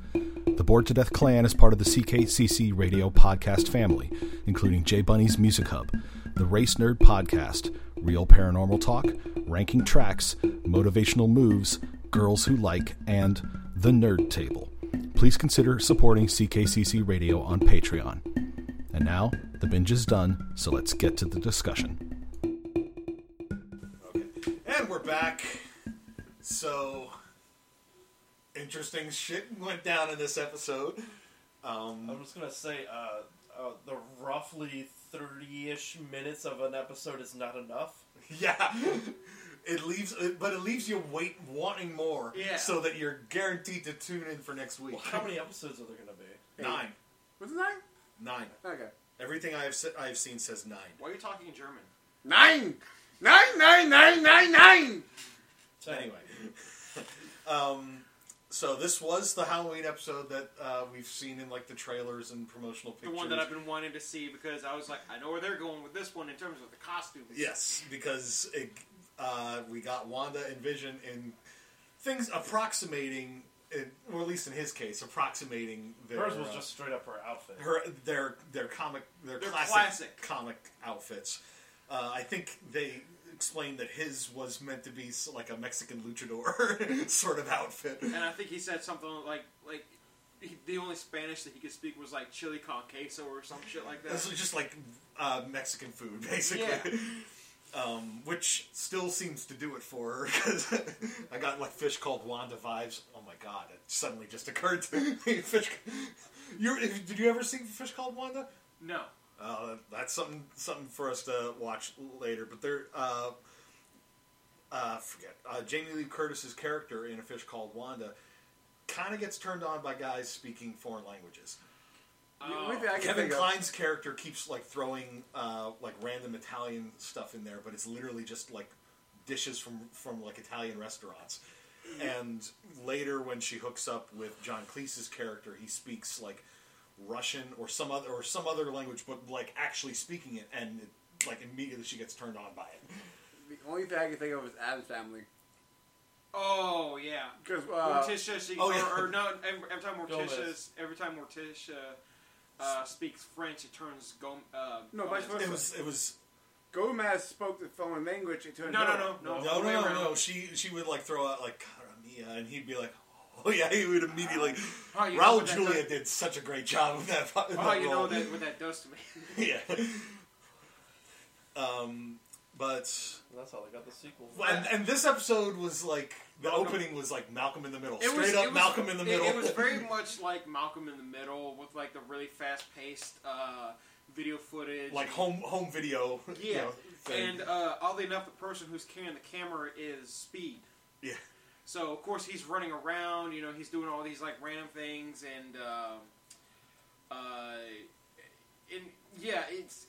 Speaker 1: The Bored to Death Clan is part of the CKCC radio podcast family, including J Bunny's Music Hub, the Race Nerd Podcast, Real Paranormal Talk, Ranking Tracks, Motivational Moves, Girls Who Like, and The Nerd Table please consider supporting CKCC Radio on Patreon. And now, the binge is done, so let's get to the discussion.
Speaker 2: Okay, and we're back. So interesting shit went down in this episode.
Speaker 4: I'm just gonna say, uh, uh, the roughly thirty-ish minutes of an episode is not enough.
Speaker 2: (laughs) Yeah. It leaves, it, but it leaves you wait wanting more,
Speaker 5: Yeah.
Speaker 2: so that you're guaranteed to tune in for next week.
Speaker 4: Well, how many episodes are there gonna be?
Speaker 2: Nine,
Speaker 3: Was it nine?
Speaker 2: nine.
Speaker 3: Okay.
Speaker 2: Everything I have se- I have seen says nine.
Speaker 5: Why are you talking in German?
Speaker 3: Nine. Nine. Nine. Nine. Nine. Nine.
Speaker 4: Ten.
Speaker 2: Anyway, um, so this was the Halloween episode that uh, we've seen in like the trailers and promotional
Speaker 5: The
Speaker 2: pictures.
Speaker 5: one that I've been wanting to see because I was like, I know where they're going with this one in terms of the costumes.
Speaker 2: yes, because it, uh, we got Wanda and Vision in things approximating, it, or at least in his case, approximating their
Speaker 4: Hers was
Speaker 2: uh,
Speaker 4: just straight up her outfit.
Speaker 2: her their their comic their,
Speaker 5: Their
Speaker 2: classic,
Speaker 5: classic.
Speaker 2: comic outfits. Uh, I think they explained that his was meant to be s- like a Mexican luchador (laughs) sort of outfit.
Speaker 5: And I think he said something like, like he, the only Spanish that he could speak was like chili con queso or some shit like that.
Speaker 2: This is just like uh, Mexican food, (laughs) basically. Um, which still seems to do it for her (laughs) because I got like fish called Wanda vibes. Oh my god! It suddenly just occurred to (laughs) me. Fish. You did you ever see fish called Wanda?
Speaker 5: No.
Speaker 2: Uh, that's something something for us to watch later. But there, uh, uh, forget uh, Jamie Lee Curtis's character in A Fish Called Wanda kind of gets turned on by guys speaking foreign languages.
Speaker 3: The only thing I can
Speaker 2: Kevin
Speaker 3: think of-
Speaker 2: Klein's character keeps like throwing uh, like random Italian stuff in there, but it's literally just like dishes from from like Italian restaurants. And later, when she hooks up with John Cleese's character, he speaks like Russian or some other or some other language, but like actually speaking it, and it, like immediately she gets turned on by it.
Speaker 3: The only thing I can think of is Adam's Family. uh,
Speaker 5: Oh yeah.
Speaker 3: Because
Speaker 5: Morticia, she,
Speaker 2: oh, yeah.
Speaker 5: or, or no, every, every time
Speaker 4: Gomez.
Speaker 5: Morticia's, every time Morticia uh, speaks French, it turns Gom. Uh,
Speaker 3: No,
Speaker 5: Gomez.
Speaker 3: vice versa.
Speaker 2: It was it was
Speaker 3: Gomez spoke the foreign language. It
Speaker 5: No,
Speaker 3: turned
Speaker 5: no,
Speaker 3: out-
Speaker 5: no, no,
Speaker 2: no
Speaker 5: other way
Speaker 2: no
Speaker 5: around.
Speaker 2: no, no. She she would like throw out like Cara Mia, and he'd be like, oh yeah, he would immediately.
Speaker 5: How Ah, you know
Speaker 2: Raul
Speaker 5: what that
Speaker 2: Julia
Speaker 5: does-
Speaker 2: did such a great job of that.
Speaker 5: How you know
Speaker 2: role.
Speaker 5: that what that does
Speaker 2: (laughs)
Speaker 5: to me?
Speaker 2: yeah. Um, but
Speaker 4: And that's how they got the sequel.
Speaker 2: and, and this episode was like the
Speaker 5: Malcolm.
Speaker 2: opening was like Malcolm in the Middle,
Speaker 5: It
Speaker 2: straight
Speaker 5: was-
Speaker 2: up
Speaker 5: it was-
Speaker 2: Malcolm in the
Speaker 5: it-
Speaker 2: Middle. (laughs)
Speaker 5: It, was very much like Malcolm in the Middle with like the really fast paced uh, video footage,
Speaker 2: like home home video. (laughs)
Speaker 5: Yeah,
Speaker 2: you know, thing.
Speaker 5: and uh, oddly enough, the person who's carrying the camera is Speed.
Speaker 2: yeah,
Speaker 5: So of course he's running around. You know, he's doing all these like random things, and um uh, and yeah, it's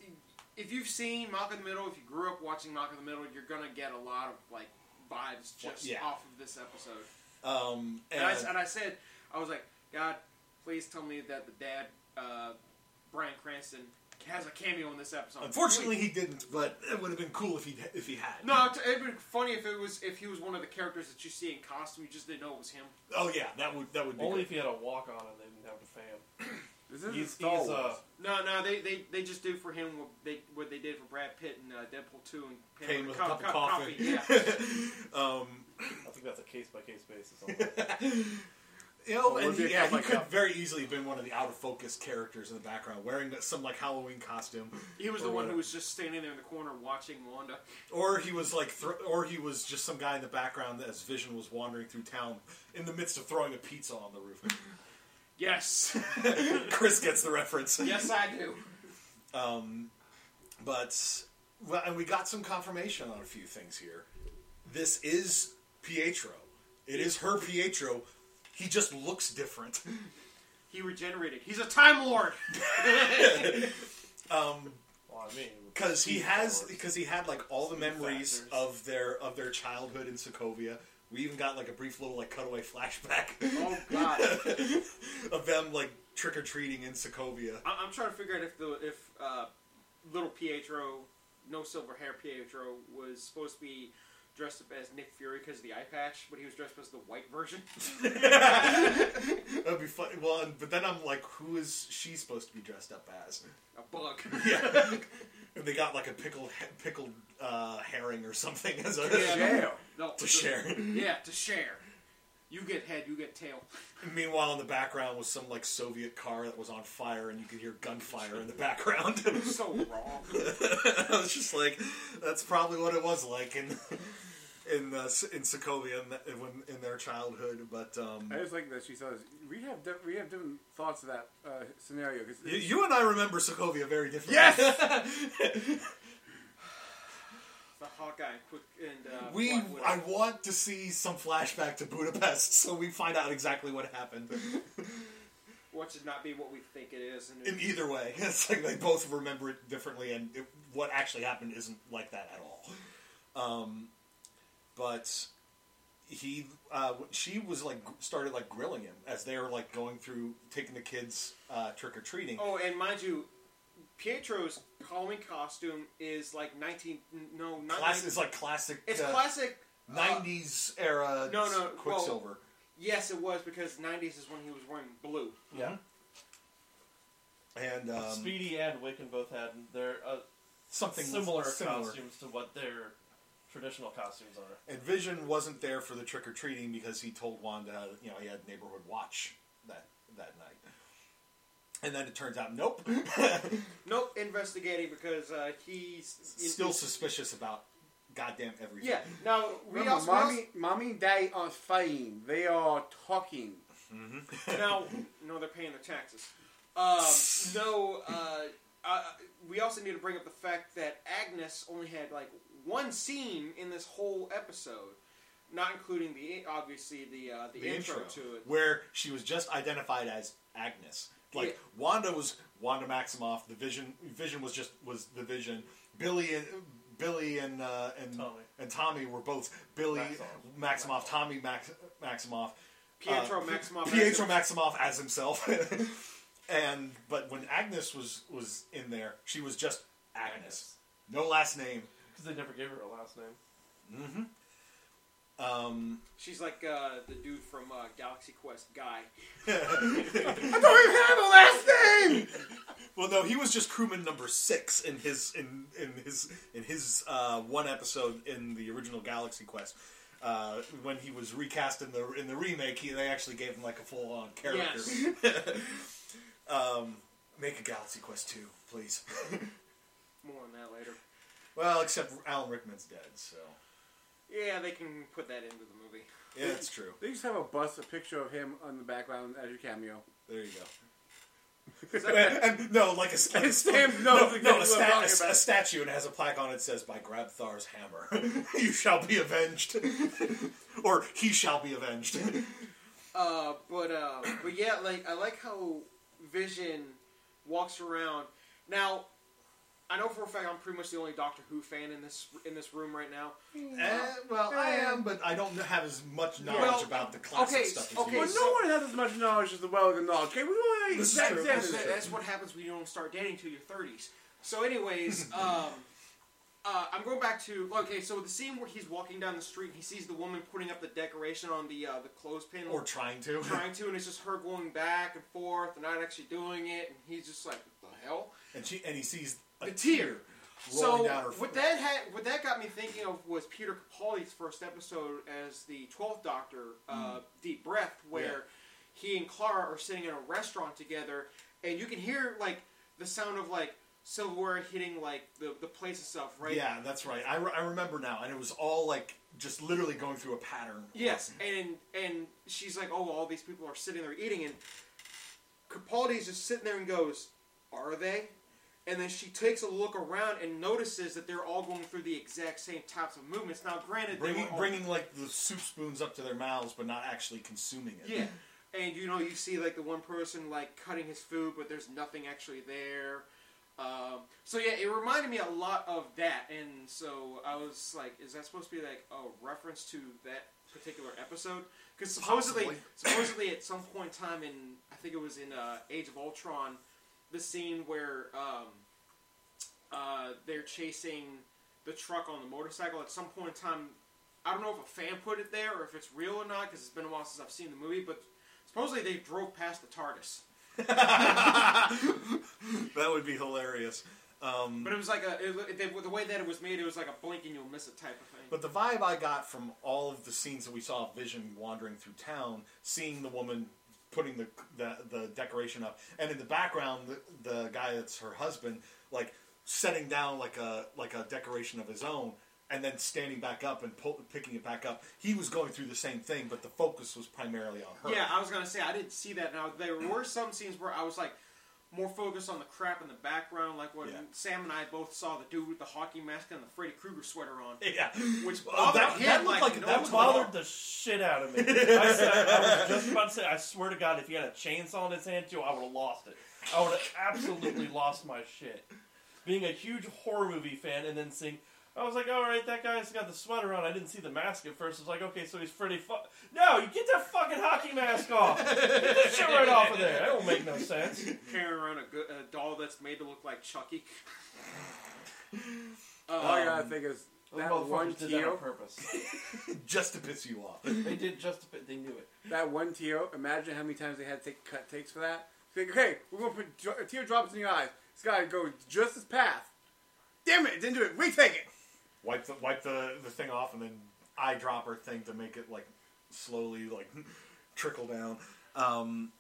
Speaker 5: if you've seen Malcolm in the Middle, if you grew up watching Malcolm in the Middle, you're gonna get a lot of like vibes just
Speaker 2: Yeah.
Speaker 5: off of this episode.
Speaker 2: um, and,
Speaker 5: And, I, s- and I said, I was like, God, please tell me that the dad, uh, Brian Cranston, has a cameo in this episode.
Speaker 2: unfortunately he didn't, but it would have been cool if he if he had.
Speaker 5: No, it- it'd be funny if it was if he was one of the characters that you see in costume. You just didn't know it was him.
Speaker 2: Oh yeah, that would that would be.
Speaker 4: Only
Speaker 2: Only
Speaker 4: if he had a walk on and they didn't have the fan.
Speaker 3: This is
Speaker 4: He's,
Speaker 3: Star
Speaker 4: he's
Speaker 3: Wars.
Speaker 4: uh,
Speaker 5: No, no, they, they, they just do for him what they what they did for Brad Pitt and uh, Deadpool two and Pam
Speaker 2: came
Speaker 5: and
Speaker 2: with a
Speaker 5: Co-
Speaker 2: cup of
Speaker 5: Co-
Speaker 2: coffee.
Speaker 5: Yeah.
Speaker 2: (laughs) um,
Speaker 4: I think that's a case by case basis. on
Speaker 2: (laughs)
Speaker 4: that.
Speaker 2: you know,
Speaker 3: Well,
Speaker 2: and
Speaker 3: Oh, would be a
Speaker 2: he, yeah,
Speaker 3: cup
Speaker 2: he
Speaker 3: like
Speaker 2: could
Speaker 3: cup.
Speaker 2: very easily have been one of the out of focus characters in the background, wearing some like Halloween costume.
Speaker 5: He was the
Speaker 2: Or
Speaker 5: one
Speaker 2: what?
Speaker 5: who was just standing there in the corner watching Wanda.
Speaker 2: Or he was like, thro- or he was just some guy in the background as Vision was wandering through town in the midst of throwing a pizza on the
Speaker 5: Yes, (laughs)
Speaker 2: roof. Chris gets the reference.
Speaker 5: yes, I do.
Speaker 2: Um, but well, and we got some confirmation on a few things here. This is Pietro. It is her Pietro. He just looks different. (laughs)
Speaker 5: He regenerated. He's a Time Lord.
Speaker 2: Um,
Speaker 4: well, I mean,
Speaker 2: because he
Speaker 4: he's
Speaker 2: has
Speaker 4: Star Wars.
Speaker 2: because he had like all the memories
Speaker 4: factors.
Speaker 2: of their of their childhood in Sokovia. We even got like a brief little like cutaway (laughs) flashback.
Speaker 5: Oh God.
Speaker 2: of them like trick or treating in Sokovia.
Speaker 5: I- I'm trying to figure out if the if uh, little Pietro, no silver hair Pietro, was supposed to be dressed up as Nick Fury because of the eye patch, but he was dressed up as the white version.
Speaker 2: That'd be fun. Well, and- but then I'm like, who is she supposed to be dressed up as?
Speaker 5: A bug.
Speaker 2: (laughs) Yeah. and they got like a pickled he- pickled uh, herring or something as a
Speaker 4: uh,
Speaker 5: Yeah.
Speaker 3: Jail.
Speaker 5: No,
Speaker 2: (laughs) to share.
Speaker 5: Yeah, to share. You get head, you get tail.
Speaker 2: Meanwhile, in the background was some like Soviet car that was on fire, and you could hear gunfire in the background. (laughs)
Speaker 5: So wrong.
Speaker 2: I was just like, that's probably what it was like in. In uh, S- in Sokovia, in, the, when, in their childhood, but um,
Speaker 3: I just like that she says we have di- we have different thoughts of that uh, scenario because
Speaker 2: You, you and I remember Sokovia very differently.
Speaker 5: The Hawkeye and quick and uh,
Speaker 2: we.
Speaker 5: Black Widow.
Speaker 2: I want to see some flashback to Budapest, so we find out exactly what happened.
Speaker 5: what should not be what we think it is. And
Speaker 2: In either way, (laughs) it's like they both remember it differently, and it, what actually happened isn't like that at all. Um, but he, uh, she was like started like grilling him as they were like going through taking the kids uh, trick or treating.
Speaker 5: oh, and mind you, Pietro's Halloween costume is like 19. No, not
Speaker 2: Class is like classic.
Speaker 5: It's
Speaker 2: uh,
Speaker 5: classic. uh,
Speaker 2: '90s era.
Speaker 5: No, no, well-
Speaker 2: Quicksilver.
Speaker 5: Yes, it was because '90s is when he was wearing blue.
Speaker 4: yeah.
Speaker 2: and um,
Speaker 4: Speedy and Wiccan both had their uh,
Speaker 2: something
Speaker 4: similar,
Speaker 2: similar.
Speaker 4: costumes to what their traditional costumes are.
Speaker 2: And Vision wasn't there for the trick or treating because he told Wanda, you know, he had neighborhood watch that that night. And then it turns out,
Speaker 5: (laughs)
Speaker 2: nope, (laughs)
Speaker 5: Nope, investigating because uh, he's
Speaker 2: still
Speaker 5: he's-
Speaker 2: suspicious about goddamn everything.
Speaker 5: Yeah. Now we
Speaker 3: remember,
Speaker 5: also, we also-
Speaker 3: mommy, mommy and daddy aren't fighting; they are talking.
Speaker 5: now no, they're paying their taxes. Um, no, uh, uh, we also need to bring up the fact that Agnes only had like one scene in this whole episode, not including the obviously the uh, the,
Speaker 2: the
Speaker 5: intro,
Speaker 2: intro
Speaker 5: to it.
Speaker 2: where she was just identified as Agnes. Like
Speaker 5: Yeah.
Speaker 2: Wanda was Wanda Maximoff. The Vision Vision was just was the Vision. Billy and Billy and uh, and
Speaker 4: Tommy.
Speaker 2: and Tommy were both Billy
Speaker 4: Maximoff.
Speaker 2: Maximoff, Tommy Max, Maximoff,
Speaker 5: Pietro
Speaker 2: uh,
Speaker 5: Maximoff.
Speaker 2: Pietro Maximoff as himself. (laughs) and but when Agnes was was in there, she was just Agnes, no last name.
Speaker 4: Because they never gave her a last name.
Speaker 2: Um,
Speaker 5: She's like uh, the dude from uh, Galaxy Quest guy.
Speaker 3: I don't even have a last name.
Speaker 2: Well, no, he was just crewman number six in his in in his in his uh, one episode in the original Galaxy Quest. Uh, when he was recast in the in the remake, he, they actually gave him like a full on character. (laughs) um, make a Galaxy Quest two, please. (laughs)
Speaker 5: More on that later.
Speaker 2: well, except Alan Rickman's dead, so
Speaker 5: Yeah, they can put that into the movie.
Speaker 2: yeah, that's true.
Speaker 3: They just have a bust, a picture of him on the background as your cameo.
Speaker 2: There you go. (laughs) and, and- no, like a, s- like a
Speaker 3: Sam knows
Speaker 2: no,
Speaker 3: exactly
Speaker 2: no,
Speaker 3: what
Speaker 2: a,
Speaker 3: I'm
Speaker 2: sta-
Speaker 3: talking
Speaker 2: a s-
Speaker 3: about.
Speaker 2: a statue and it has a plaque on it that says by Grabthar's hammer (laughs) you shall be avenged (laughs) or he shall be avenged (laughs)
Speaker 5: Uh, but uh, but yeah, like I like how Vision walks around. Now, I know for a fact I'm pretty much the only Doctor Who fan in this in this room right now.
Speaker 2: Eh, well I am but I don't have as much knowledge
Speaker 5: Well,
Speaker 2: about the classic
Speaker 5: okay,
Speaker 2: stuff as
Speaker 5: okay,
Speaker 2: you
Speaker 3: Well,
Speaker 2: do.
Speaker 5: so-
Speaker 3: no one has as much knowledge as the well of knowledge. Okay, we want
Speaker 2: This is
Speaker 3: exact
Speaker 2: true,
Speaker 5: That-
Speaker 2: this is
Speaker 3: same-
Speaker 5: that- that's what happens when you don't start dating till your 30s. So,
Speaker 3: (laughs)
Speaker 5: anyways, um, uh, I'm going back to okay. So the scene where he's walking down the street, he sees the woman putting up the decoration on the uh, the clothespin,
Speaker 2: or trying to
Speaker 5: trying to, and it's just her going back and forth and not actually doing it, and he's just like, "What the hell?"
Speaker 2: (laughs) and she and he sees a
Speaker 5: The tear.
Speaker 2: rolling
Speaker 5: So
Speaker 2: down her
Speaker 5: what
Speaker 2: face.
Speaker 5: that had, what that got me thinking of was Peter Capaldi's first episode as the Twelfth Doctor,
Speaker 2: Hmm.
Speaker 5: uh, Deep Breath, where he and Clara are sitting in a restaurant together, and you can hear like the sound of like silverware hitting like the the place and stuff, right?
Speaker 2: yeah that's right I, re- I remember now and it was all like just literally going through a pattern
Speaker 5: Yes, and and she's like, "Oh, all these people are sitting there eating," and Capaldi's just sitting there and goes, "Are they?" And then she takes a look around and notices that they're all going through the exact same types of movements. Now, granted, they
Speaker 2: bringing
Speaker 5: were all-
Speaker 2: bringing like the soup spoons up to their mouths but not actually consuming it (laughs)
Speaker 5: yeah, and you know you see like the one person like cutting his food, but there's nothing actually there. Um, so yeah, it reminded me a lot of that, and so I was like, "Is that supposed to be like a reference to that particular episode?" Because supposedly,
Speaker 2: Possibly.
Speaker 5: supposedly at some point in time in I think it was in uh, Age of Ultron, the scene where um, uh, they're chasing the truck on the motorcycle. At some point in time, I don't know if a fan put it there or if it's real or not because it's been a while since I've seen the movie. But supposedly they drove past the TARDIS.
Speaker 2: that would be hilarious
Speaker 5: But it was like a it, it, they, the way that it was made. It was like a blink and you'll miss it type of thing.
Speaker 2: But the vibe I got from all of the scenes that we saw of Vision wandering through town, seeing the woman putting the the, the decoration up, and in the background the, the guy that's her husband, like setting down like a like a decoration of his own, and then standing back up and pull, picking it back up. He was going through the same thing, but the focus was primarily on her.
Speaker 5: yeah, I was gonna say I didn't see that. Now there
Speaker 2: Mm.
Speaker 5: were some scenes where I was like more focused on the crap in the background, like when
Speaker 2: Yeah.
Speaker 5: Sam and I both saw the dude with the hockey mask and the Freddy Krueger sweater on.
Speaker 2: (laughs) yeah.
Speaker 5: Which
Speaker 2: Well,
Speaker 5: bothered
Speaker 2: that-
Speaker 5: him
Speaker 2: that looked
Speaker 5: like,
Speaker 2: like-
Speaker 5: no
Speaker 2: that
Speaker 5: tomorrow.
Speaker 4: bothered the shit out of me. I, said, I was just about to say, I swear to God, if he had a chainsaw in his hand too, I would have lost it. I would have absolutely lost my shit. Being a huge horror movie fan and then seeing, I was like, all right, that guy's got the sweater on. I didn't see the mask at first. I was like, okay, so he's Freddy. Fu- no, you get that fucking hockey mask off. Get that shit right off of there. That don't make no sense.
Speaker 5: carrying around a, good, a doll that's made to look like Chucky.
Speaker 3: All I
Speaker 2: Um,
Speaker 5: Uh,
Speaker 3: gotta think is that
Speaker 4: Those motherfuckers
Speaker 3: one
Speaker 4: did that
Speaker 3: teal,
Speaker 4: on purpose.
Speaker 2: Just to piss you off.
Speaker 4: They did just. a bit- They knew it.
Speaker 3: that one teal. Imagine how many times they had to take cut takes for that. Think, okay, we're gonna put dro- teardrops in your eyes. It's gotta go just this path. Damn it, didn't do it. Retake it.
Speaker 2: wipe the wipe the, the thing off and then eyedropper thing to make it like slowly like (laughs) trickle down. Um,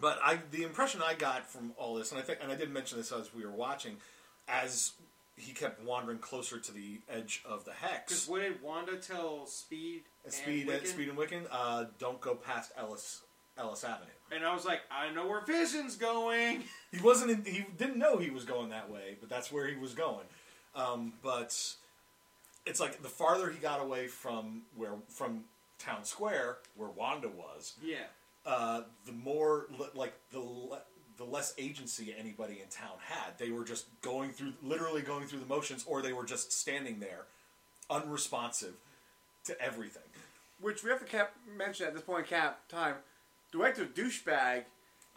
Speaker 2: but I the impression I got from all this, and I think, and I did mention this as we were watching, as he kept wandering closer to the edge of the
Speaker 5: Because
Speaker 2: hex.
Speaker 5: what did Wanda tell Speed? And
Speaker 2: Speed,
Speaker 5: Wiccan?
Speaker 2: and speed, and Wiccan. Uh, don't go past Ellis Ellis Avenue.
Speaker 5: And I was like, I know where Vision's going.
Speaker 2: He wasn't. In, he didn't know he was going that way, but that's where he was going. Um, but it's like the farther he got away from where from town
Speaker 5: (laughs)
Speaker 2: square where Wanda was,
Speaker 5: Yeah.
Speaker 2: uh, the more li- like the le- the less agency anybody in town had. They were just going through, literally going through the motions, or they were just standing there, unresponsive to everything.
Speaker 3: Which we have to cap- mention at this point in cap time, director douchebag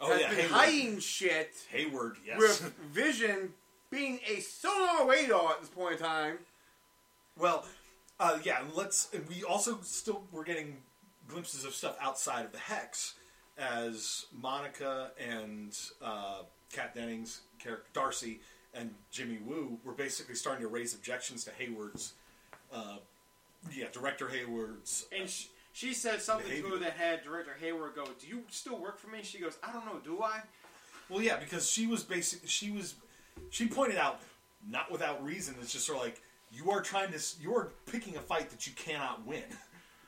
Speaker 2: Oh,
Speaker 3: has
Speaker 2: yeah,
Speaker 3: been
Speaker 2: Hayward.
Speaker 3: hiding shit
Speaker 2: Hayward, yes.
Speaker 3: with Vision being a sonar radar at this point in time.
Speaker 2: Well, uh, yeah. and Let's. And we also still we're getting glimpses of stuff outside of the hex as Monica and uh, Kat Dennings, character Darcy, and Jimmy Woo were basically starting to raise objections to Hayward's. Uh, yeah, director Hayward's.
Speaker 5: And she, she said something to
Speaker 2: Behavior.
Speaker 5: her that had director Hayward go, "Do you still work for me?" She goes, "I don't know. Do I?"
Speaker 2: Well, yeah, because she was basic. She was. She pointed out, not without reason. It's just sort of like you are trying to. s- You are picking a fight that you cannot win, (laughs)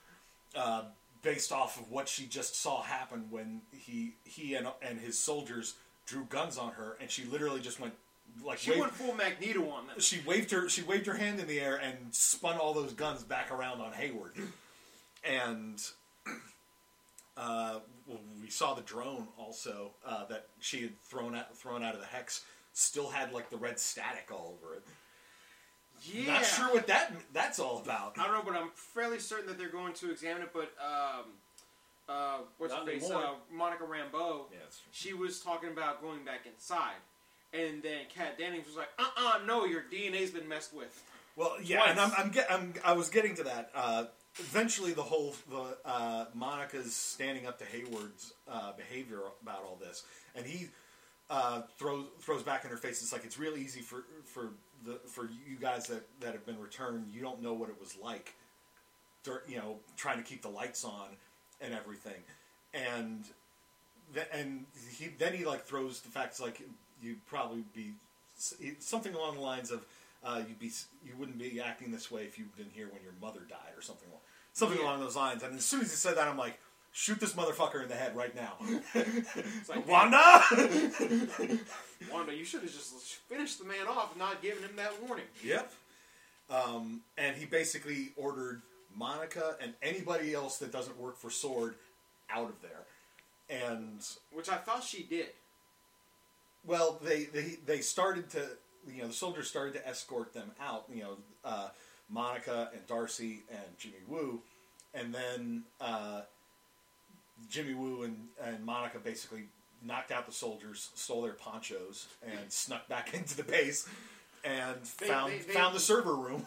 Speaker 2: uh, based off of what she just saw happen when he he and and his soldiers drew guns on her, and she literally just went like
Speaker 5: She
Speaker 2: waved-
Speaker 5: went full Magneto on this.
Speaker 2: she waved her she waved her hand in the air and spun all those guns back around on Hayward, and (clears throat) uh, well, we saw the drone also uh, that she had thrown out thrown out of the hex still had like the red static all over it.
Speaker 5: Yeah.
Speaker 2: Not sure what that that's all about.
Speaker 5: I don't know, but I'm fairly certain that they're going to examine it. But um, uh, what's
Speaker 4: Not
Speaker 5: her face?
Speaker 4: anymore.
Speaker 5: Uh, Monica Rambeau.
Speaker 2: Yeah, that's true.
Speaker 5: She was talking about going back inside, and then Kat Dennings was like, "Uh, uh no, your DNA's been messed with."
Speaker 2: Well, yeah, and I'm, I'm, get, I'm I was getting to that. Uh, eventually, the whole the uh, Monica's standing up to Hayward's uh, behavior about all this, and he uh, throws throws back in her face. It's like it's real easy for for the for you guys that that have been returned. You don't know what it was like, dur- you know, trying to keep the lights on and everything, and Th- and he then he like throws the facts like you'd probably be s- e, something along the lines of uh, you'd be s- you wouldn't be acting this way if you have been here when your mother died or something al- something
Speaker 5: Yeah.
Speaker 2: along those lines. And as soon as he said that, I'm like. Shoot this motherfucker in the head right now, (laughs)
Speaker 5: It's like,
Speaker 2: Wanda!
Speaker 5: Wanda, you should have just finished the man off and not given him that warning.
Speaker 2: yep. Um, and he basically ordered Monica and anybody else that doesn't work for Sword out of there. And
Speaker 5: Which I thought she did.
Speaker 2: Well, they, they they started to you know the soldiers started to escort them out. You know, uh, Monica and Darcy and Jimmy Woo, and then uh, Jimmy Woo and, and Monica basically knocked out the soldiers, stole their ponchos, and snuck back (laughs) into the base, and
Speaker 5: They-
Speaker 2: found
Speaker 5: they- they-
Speaker 2: found the server room.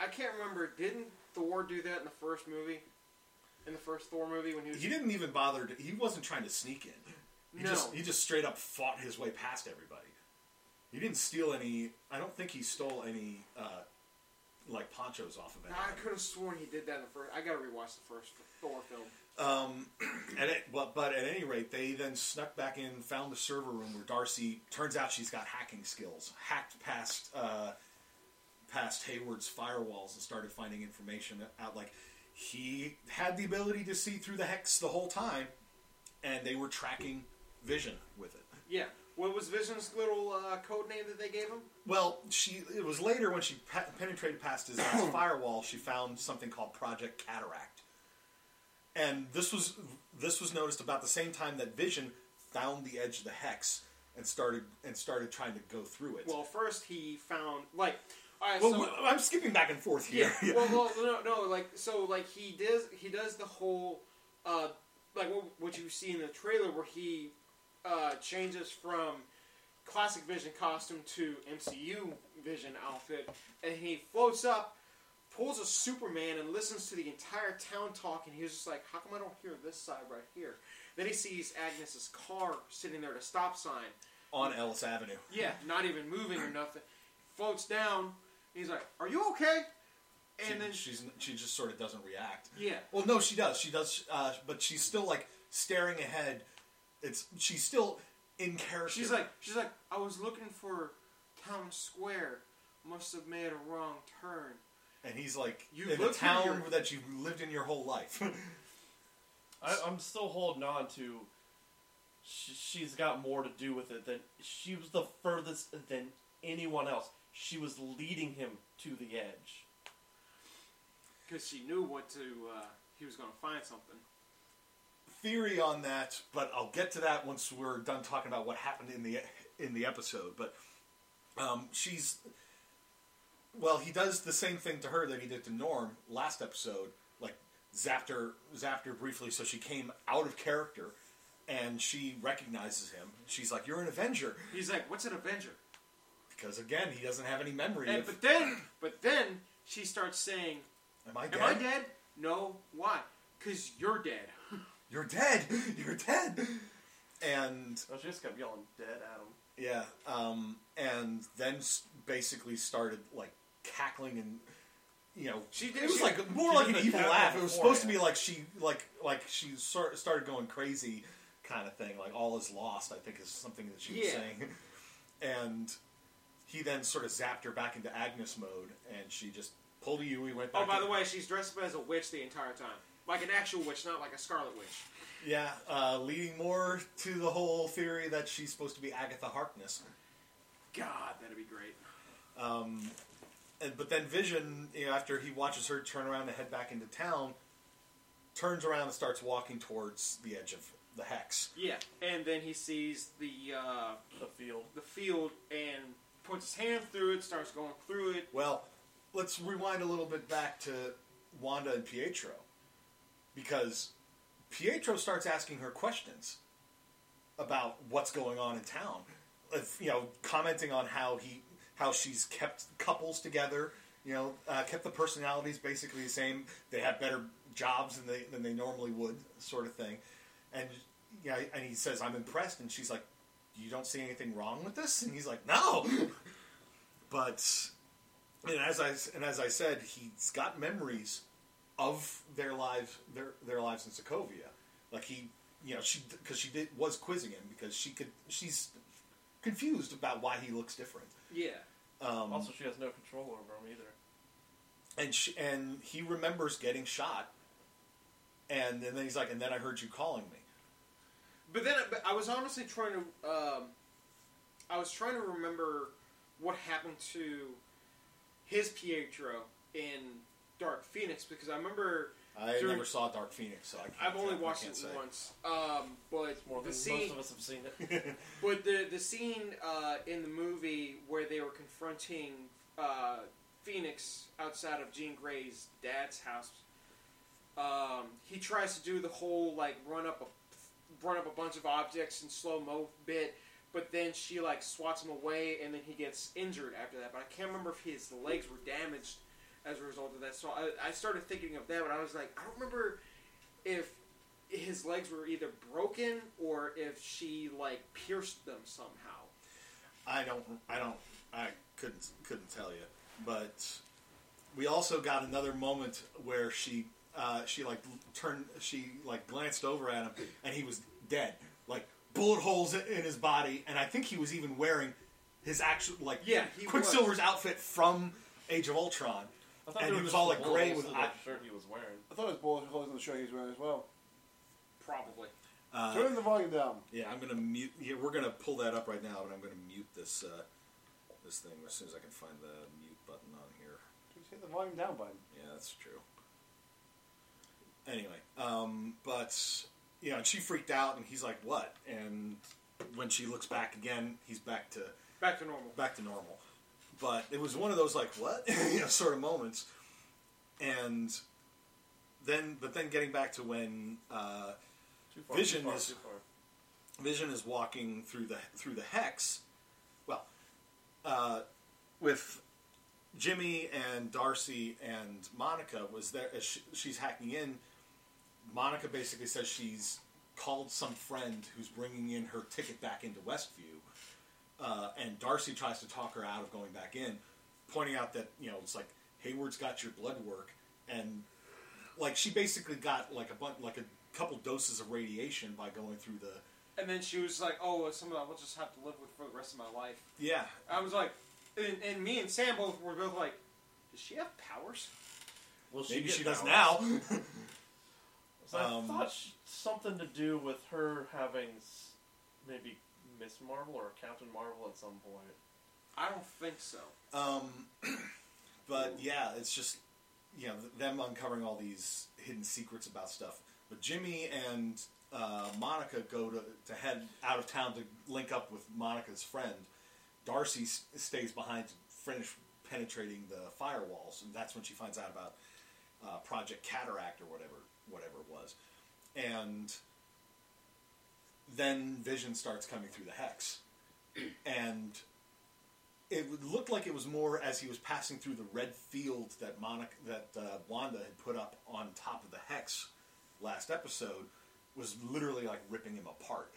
Speaker 5: I can't remember. Didn't Thor do that in the first movie? In the first Thor movie when he was
Speaker 2: he didn't even bother. To, he wasn't trying to sneak in. He
Speaker 5: No.
Speaker 2: just he just straight up fought his way past everybody. He didn't steal any. I don't think he stole any uh, like ponchos off of
Speaker 5: Nah, I
Speaker 2: anyone.
Speaker 5: could have sworn he did that in the first. I gotta rewatch the first Thor film.
Speaker 2: Um, and it, but, but at any rate, they then snuck back in, found the server room where Darcy. Turns out she's got hacking skills. Hacked past uh, past Hayward's firewalls and started finding information out. Like he had the ability to see through the hex the whole time, and they were tracking Vision with it.
Speaker 5: Yeah. What was Vision's little uh, code name that they gave him?
Speaker 2: Well, she it was later when she pe- penetrated past his
Speaker 5: (clears throat)
Speaker 2: last firewall. She found something called Project Cataract, and this was this was noticed about the same time that Vision found the edge of the hex and started and started trying to go through it.
Speaker 5: Well, first he found like. All right,
Speaker 2: Well,
Speaker 5: so,
Speaker 2: w- I'm skipping back and forth
Speaker 5: yeah.
Speaker 2: here. (laughs)
Speaker 5: Well, well, no, no, like so, like he does, he does the whole, uh, like what, what you see in the trailer where he uh, changes from classic Vision costume to MCU Vision outfit, and he floats up, pulls a Superman, and listens to the entire town talk, and he's just like, "How come I don't hear this side right here?" Then he sees Agnes's car sitting there at a stop sign.
Speaker 2: on Ellis Avenue.
Speaker 5: Yeah, not even moving or nothing. Floats down. and He's like, "Are you okay?"
Speaker 2: She-
Speaker 5: And then she,
Speaker 2: she's she just sort of doesn't react.
Speaker 5: yeah,
Speaker 2: Well, no, she does. She does, uh, but she's still like staring ahead. It's she's still in character.
Speaker 5: she's like, she's like, "I was looking for town square. Must have made a wrong turn."
Speaker 2: and he's like,
Speaker 5: You
Speaker 2: in a
Speaker 5: look
Speaker 2: town
Speaker 5: here.
Speaker 2: that you've lived in your whole life. (laughs)
Speaker 4: I, I'm still holding on to. sh- She's got more to do with it than she was the furthest than anyone else. She was leading him to the edge.
Speaker 5: Because she knew what to. Uh, he was gonna find something.
Speaker 2: theory on that, but I'll get to that once we're done talking about what happened in the in the episode. But um, she's well, he does the same thing to her that he did to Norm last episode, like zapped her zapped her briefly, so she came out of character, and she recognizes him. She's like, "You're an Avenger,"
Speaker 5: He's like, "What's an Avenger?"
Speaker 2: because again, he doesn't have any memory.
Speaker 5: And
Speaker 2: of,
Speaker 5: Eh, but then, but then she starts saying,
Speaker 2: am I
Speaker 5: "Am
Speaker 2: dead?
Speaker 5: I dead?" No. Why? Because you're dead.
Speaker 2: You're dead. (laughs) You're dead. And
Speaker 4: Oh, she just kept yelling, "Dead Adam."
Speaker 2: Yeah, um, and then s- basically started like cackling and you know
Speaker 5: She did-
Speaker 2: It was
Speaker 5: she-
Speaker 2: like more
Speaker 4: she
Speaker 2: like
Speaker 4: did
Speaker 2: an
Speaker 4: the
Speaker 2: evil
Speaker 4: cackle
Speaker 2: laugh. It was
Speaker 4: before,
Speaker 2: supposed to
Speaker 4: yeah.
Speaker 2: be like she like like she sort started going crazy kind of thing. Like all is lost. I think is something that she was
Speaker 5: Yeah.
Speaker 2: saying, (laughs) and he then sort of zapped her back into Agnes mode, and she just pulled a Yui, went back.
Speaker 5: Oh, by
Speaker 2: to-
Speaker 5: the way, she's dressed up as a witch the entire time, like an actual witch, not like a Scarlet Witch.
Speaker 2: yeah, uh, leading more to the whole theory that she's supposed to be Agatha Harkness.
Speaker 5: God, that'd be great.
Speaker 2: and but then Vision, you know, after he watches her turn around and head back into town, turns around and starts walking towards the edge of the hex.
Speaker 5: Yeah. And then he sees the uh,
Speaker 4: The field.
Speaker 5: the field and puts his hand through it, starts going through it.
Speaker 2: Well, let's rewind a little bit back to Wanda and Pietro, because Pietro starts asking her questions about what's going on in town. If, you know, commenting on how he, how she's kept couples together. You know, uh, kept the personalities basically the same. They have better jobs than they than they normally would, sort of thing. And yeah, and he says, "I'm impressed," and she's like, "You don't see anything wrong with this?" And he's like, "No." (laughs) but and as I and as I said, he's got memories of their lives, their their lives in Sokovia. Like he, you know, she because she did was quizzing him because she could. She's confused about why he looks different,
Speaker 5: Yeah.
Speaker 2: Um,
Speaker 4: also, she has no control over him either.
Speaker 2: and she, and he remembers getting shot, and, and then he's like, and then I heard you calling me.
Speaker 5: But then but I was honestly trying to, um, I was trying to remember what happened to his Pietro in Dark Phoenix because I remember
Speaker 2: I
Speaker 5: During-
Speaker 2: never saw Dark Phoenix, so I can't,
Speaker 5: I've only
Speaker 2: I
Speaker 5: watched
Speaker 2: can't
Speaker 5: it
Speaker 2: say.
Speaker 5: once. Um, but
Speaker 4: More
Speaker 5: the
Speaker 4: than
Speaker 5: scene,
Speaker 4: most of us have seen
Speaker 2: (laughs)
Speaker 4: it.
Speaker 5: but the the scene uh, in the movie where they were confronting uh, Phoenix outside of Jean Grey's dad's house, um, he tries to do the whole like run up a run up a bunch of objects in slow mo bit, but then she like swats him away, and then he gets injured after that. But I can't remember if his legs were damaged as a result of that. So I, I started thinking of that, but I was like, I don't remember if his legs were either broken or if she like pierced them somehow.
Speaker 2: I don't, I don't, I couldn't, couldn't tell you. But we also got another moment where she, uh, she like turned, she like glanced over at him, and he was dead, like bullet holes in in his body, and I think he was even wearing his actual like
Speaker 5: Yeah, he
Speaker 2: Quicksilver's
Speaker 5: was.
Speaker 2: outfit from Age of Ultron,
Speaker 4: I thought
Speaker 2: and
Speaker 4: they
Speaker 2: he
Speaker 4: were
Speaker 2: was
Speaker 4: just
Speaker 2: all
Speaker 4: the
Speaker 2: like gray
Speaker 4: balls
Speaker 2: with
Speaker 4: of
Speaker 2: eye-
Speaker 4: that shirt he was wearing.
Speaker 3: I thought it was bullet holes in the shirt he was wearing as well.
Speaker 5: Probably.
Speaker 2: Uh,
Speaker 3: Turn the volume down.
Speaker 2: Yeah, I'm gonna mute. Yeah, we're gonna pull that up right now, but I'm gonna mute this uh, this thing as soon as I can find the mute button on here.
Speaker 3: Just hit the volume down button.
Speaker 2: Yeah, that's true. Anyway, um, but you know, and she freaked out, and he's like, "What?" And when she looks back again, he's back to
Speaker 5: Back to normal.
Speaker 2: back to normal. But it was one of those like, "What?" (laughs) you know, sort of moments. And then, but then getting back to when uh,
Speaker 4: Too far,
Speaker 2: Vision
Speaker 4: too far,
Speaker 2: is-
Speaker 4: too far.
Speaker 2: Vision is walking through the through the hex. Well, uh, with Jimmy and Darcy and Monica was there. As she, she's hacking in. Monica basically says she's called some friend who's bringing in her ticket back into Westview, uh, and Darcy tries to talk her out of going back in, pointing out that you know it's like Hayward's got your blood work, and like she basically got like a bun- like a couple doses of radiation by going through the
Speaker 5: And then she was like, "Oh, it's something I will just have to live with for the rest of my life."
Speaker 2: Yeah,
Speaker 5: I was like, and, and me and Sam both were both like, "Does she have powers?"
Speaker 4: Will
Speaker 2: maybe
Speaker 4: get
Speaker 2: she does
Speaker 4: powers?
Speaker 2: now.
Speaker 4: So I
Speaker 2: Um,
Speaker 4: thought sh something to do with her having s- maybe Miss Marvel or Captain Marvel at some point.
Speaker 5: I don't think so.
Speaker 2: um, but yeah, it's just you know th- them uncovering all these hidden secrets about stuff But Jimmy and uh, Monica go to, to head out of town to link up with Monica's friend. Darcy s- stays behind to finish penetrating the firewalls, and that's when she finds out about uh, Project Cataract or whatever whatever it was. And then Vision starts coming through the hex, and it would look like it was more as he was passing through the red field that Monica, that uh, Wanda had put up on top of the hex last episode was literally like ripping him apart.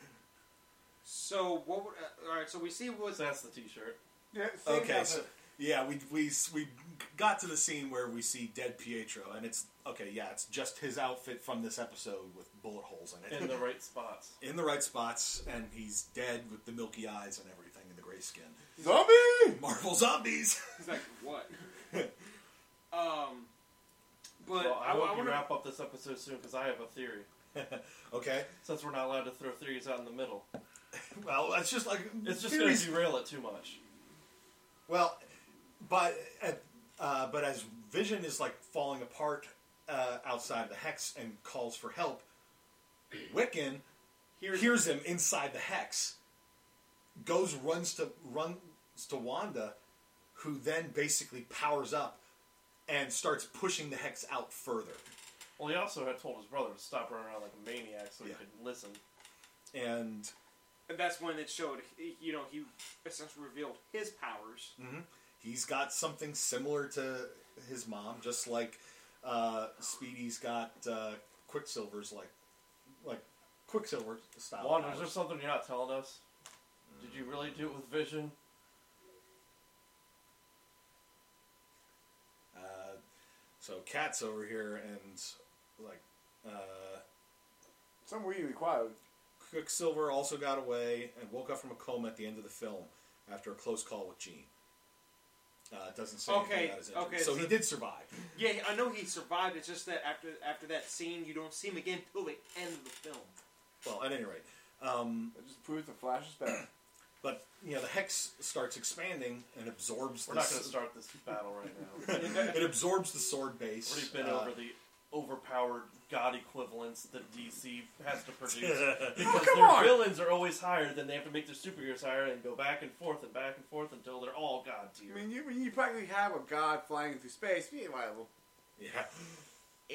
Speaker 5: So what? Would, uh, all right. So we see what.
Speaker 4: So that's the T-shirt.
Speaker 3: Yeah, same
Speaker 2: Okay, so
Speaker 3: outfit.
Speaker 2: yeah, we we we got to the scene where we see dead Pietro, and it's okay. Yeah, it's just his outfit from this episode with bullet holes in it,
Speaker 4: in the right spots.
Speaker 2: (laughs) in the right spots, and he's dead with the milky eyes and everything, and the gray skin.
Speaker 3: zombie.
Speaker 2: Marvel zombies. (laughs)
Speaker 5: He's like,
Speaker 4: (laughs)
Speaker 5: what? um, but
Speaker 4: well, I, hope
Speaker 5: I, I
Speaker 4: you
Speaker 5: want to.
Speaker 4: wrap up this episode soon because I have a theory.
Speaker 2: okay,
Speaker 4: Since we're not allowed to throw theories out in the middle,
Speaker 2: well, it's just like
Speaker 4: it's just going
Speaker 2: theories-
Speaker 4: to derail it too much.
Speaker 2: Well, but at, uh, but as Vision is like falling apart uh, outside the hex and calls for help, Wiccan
Speaker 5: Here's-
Speaker 2: hears him inside the hex, goes runs to runs to Wanda, who then basically powers up and starts pushing the hex out further.
Speaker 4: Well, he also had told his brother to stop running around like a maniac so
Speaker 2: Yeah.
Speaker 4: he could listen.
Speaker 2: And
Speaker 5: And that's when it showed. he- You know, he essentially revealed his powers.
Speaker 2: he's got something similar to his mom, just like uh, Speedy's got uh, Quicksilver's like like Quicksilver style.
Speaker 4: Wanda, is
Speaker 2: powers.
Speaker 4: there something you're not telling us? Did you really do it with Vision?
Speaker 2: Uh, so Cat's over here and like uh,
Speaker 3: Some weed required.
Speaker 2: Quicksilver also got away and woke up from a coma at the end of the film after a close call with Jean. Uh, it doesn't say
Speaker 5: Okay,
Speaker 2: anything about his injury.
Speaker 5: okay,
Speaker 2: so,
Speaker 5: so-
Speaker 2: he did survive.
Speaker 5: Yeah, I know he survived. It's just that after after that scene, you don't see him again till the end of the film.
Speaker 2: Well, at any rate, um,
Speaker 3: It just proves the Flash is better.
Speaker 2: but you know the hex starts expanding and absorbs.
Speaker 4: We're
Speaker 2: the
Speaker 4: not going
Speaker 2: s-
Speaker 4: to start this battle right now.
Speaker 2: it absorbs the sword base.
Speaker 4: We've already been
Speaker 2: uh,
Speaker 4: over the overpowered god equivalents that DC has to produce.
Speaker 3: Oh,
Speaker 4: Because
Speaker 3: come
Speaker 4: their
Speaker 3: on!
Speaker 4: villains are always higher, then they have to make their superheroes higher and go back and forth and back and forth until they're all god tier.
Speaker 3: I mean, you, when you practically have a god flying through space. You ain't liable.
Speaker 2: Uh, yeah.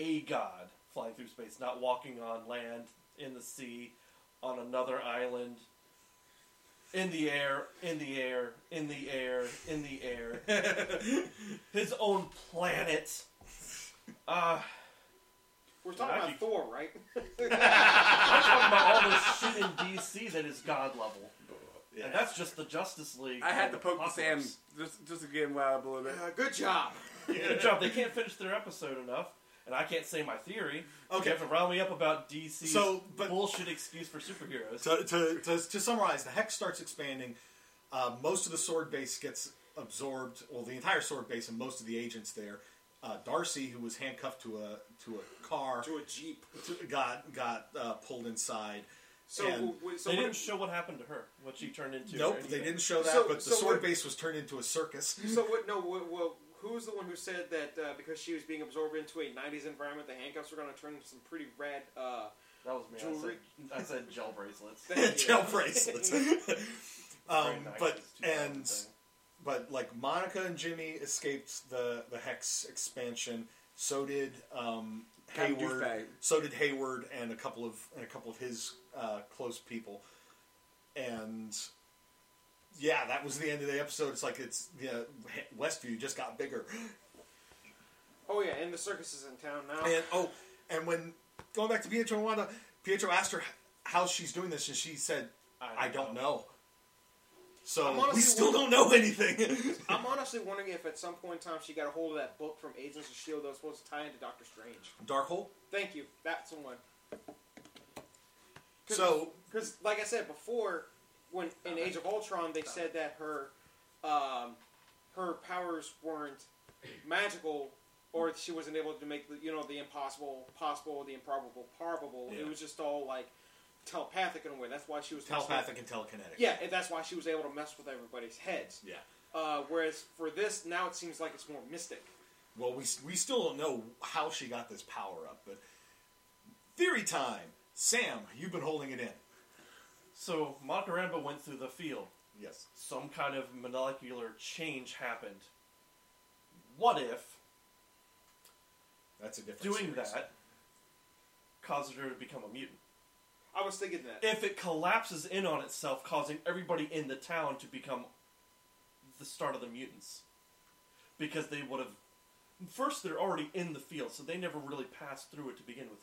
Speaker 4: a god flying through space, not walking on land, in the sea, on another island, in the air, in the air, in the air, in the air.
Speaker 3: (laughs)
Speaker 4: His own planet. Uh,
Speaker 5: We're talking
Speaker 4: Yeah,
Speaker 5: about
Speaker 4: you-
Speaker 5: Thor, right?
Speaker 4: I'm talking about all this shit in DC that is god level.
Speaker 2: Yeah.
Speaker 4: And that's just the Justice League.
Speaker 3: I
Speaker 4: and
Speaker 3: had to poke the Sam
Speaker 4: Apocalypse.
Speaker 3: just, just to get him riled up a little bit.
Speaker 5: Uh, good job.
Speaker 3: (laughs)
Speaker 4: Good job. They can't finish their episode enough, and I can't say my theory.
Speaker 2: Okay.
Speaker 4: You have to round me up about DC's
Speaker 2: So, but-
Speaker 4: bullshit excuse for superheroes.
Speaker 2: to, to, to, to summarize, the hex starts expanding. Uh, most of the sword base gets absorbed. Well, the entire sword base and most of the agents there. Uh, Darcy, who was handcuffed to a to a car,
Speaker 5: To a jeep.
Speaker 2: to- got got uh, pulled inside.
Speaker 5: So,
Speaker 2: And
Speaker 5: w- so
Speaker 4: they
Speaker 5: what-
Speaker 4: didn't show what happened to her, what she turned into. or
Speaker 2: nope, they
Speaker 4: anything.
Speaker 2: didn't show that.
Speaker 5: So-
Speaker 2: but the
Speaker 5: so
Speaker 2: sword
Speaker 5: what-
Speaker 2: base was turned into a
Speaker 4: (laughs)
Speaker 2: circus. (laughs)
Speaker 5: So what? No. What, what, who's the one who said that uh, because she was being absorbed into a '90s environment, the handcuffs were going to turn into some pretty rad?
Speaker 4: (laughs)
Speaker 5: Uh,
Speaker 4: That was me.
Speaker 5: Jewelry.
Speaker 4: I said, I said gel bracelets.
Speaker 2: (laughs)
Speaker 5: thank you.
Speaker 2: Gel bracelets. (laughs) um,
Speaker 4: Very nice,
Speaker 2: but
Speaker 4: it's 2000
Speaker 2: and
Speaker 4: thing.
Speaker 2: but like Monica and Jimmy escaped the the hex expansion. So did um,
Speaker 3: Kind of
Speaker 2: Hayward.
Speaker 3: douchebag.
Speaker 2: So did Hayward and a couple of and a couple of his uh, close people. And yeah, that was the end of the episode. It's like it's yeah, Westview just got bigger.
Speaker 5: Oh yeah, and the circus is in town now.
Speaker 2: And oh, and when going back to Pietro and Wanda, Pietro asked her how she's doing this, and she said, "I, don't know."
Speaker 5: I'm
Speaker 2: So we
Speaker 5: honestly
Speaker 2: still don't
Speaker 5: wondering-
Speaker 2: know anything.
Speaker 5: (laughs)
Speaker 2: (laughs)
Speaker 5: I'm honestly wondering if at some point in time she got a hold of that book from Agents of Shield E that was supposed to tie into Doctor Strange.
Speaker 2: Dark hole.
Speaker 5: Thank you. That's the one.
Speaker 2: So
Speaker 5: Because, like I said before, when in Age of Ultron, they said that her, um, her powers weren't magical, or she wasn't able to make the you know the impossible possible, the improbable probable.
Speaker 2: Yeah.
Speaker 5: It was just all like telepathic in a way. That's why she was
Speaker 2: telepathic and telekinetic.
Speaker 5: Yeah, and that's why she was able to mess with everybody's heads.
Speaker 2: Yeah.
Speaker 5: Uh, whereas for this, now it seems like it's more mystic.
Speaker 2: Well, we we still don't know how she got this power up, but Theory time. Sam, you've been holding it in.
Speaker 4: So Makaramba went through the field.
Speaker 2: Yes.
Speaker 4: Some kind of molecular change happened. What if
Speaker 2: That's a different
Speaker 4: doing
Speaker 2: series.
Speaker 4: that causes her to become a mutant?
Speaker 5: I was thinking that.
Speaker 4: If it collapses in on itself, causing everybody in the town to become the start of the mutants, because they would have first they're already in the field, so they never really passed through it to begin with.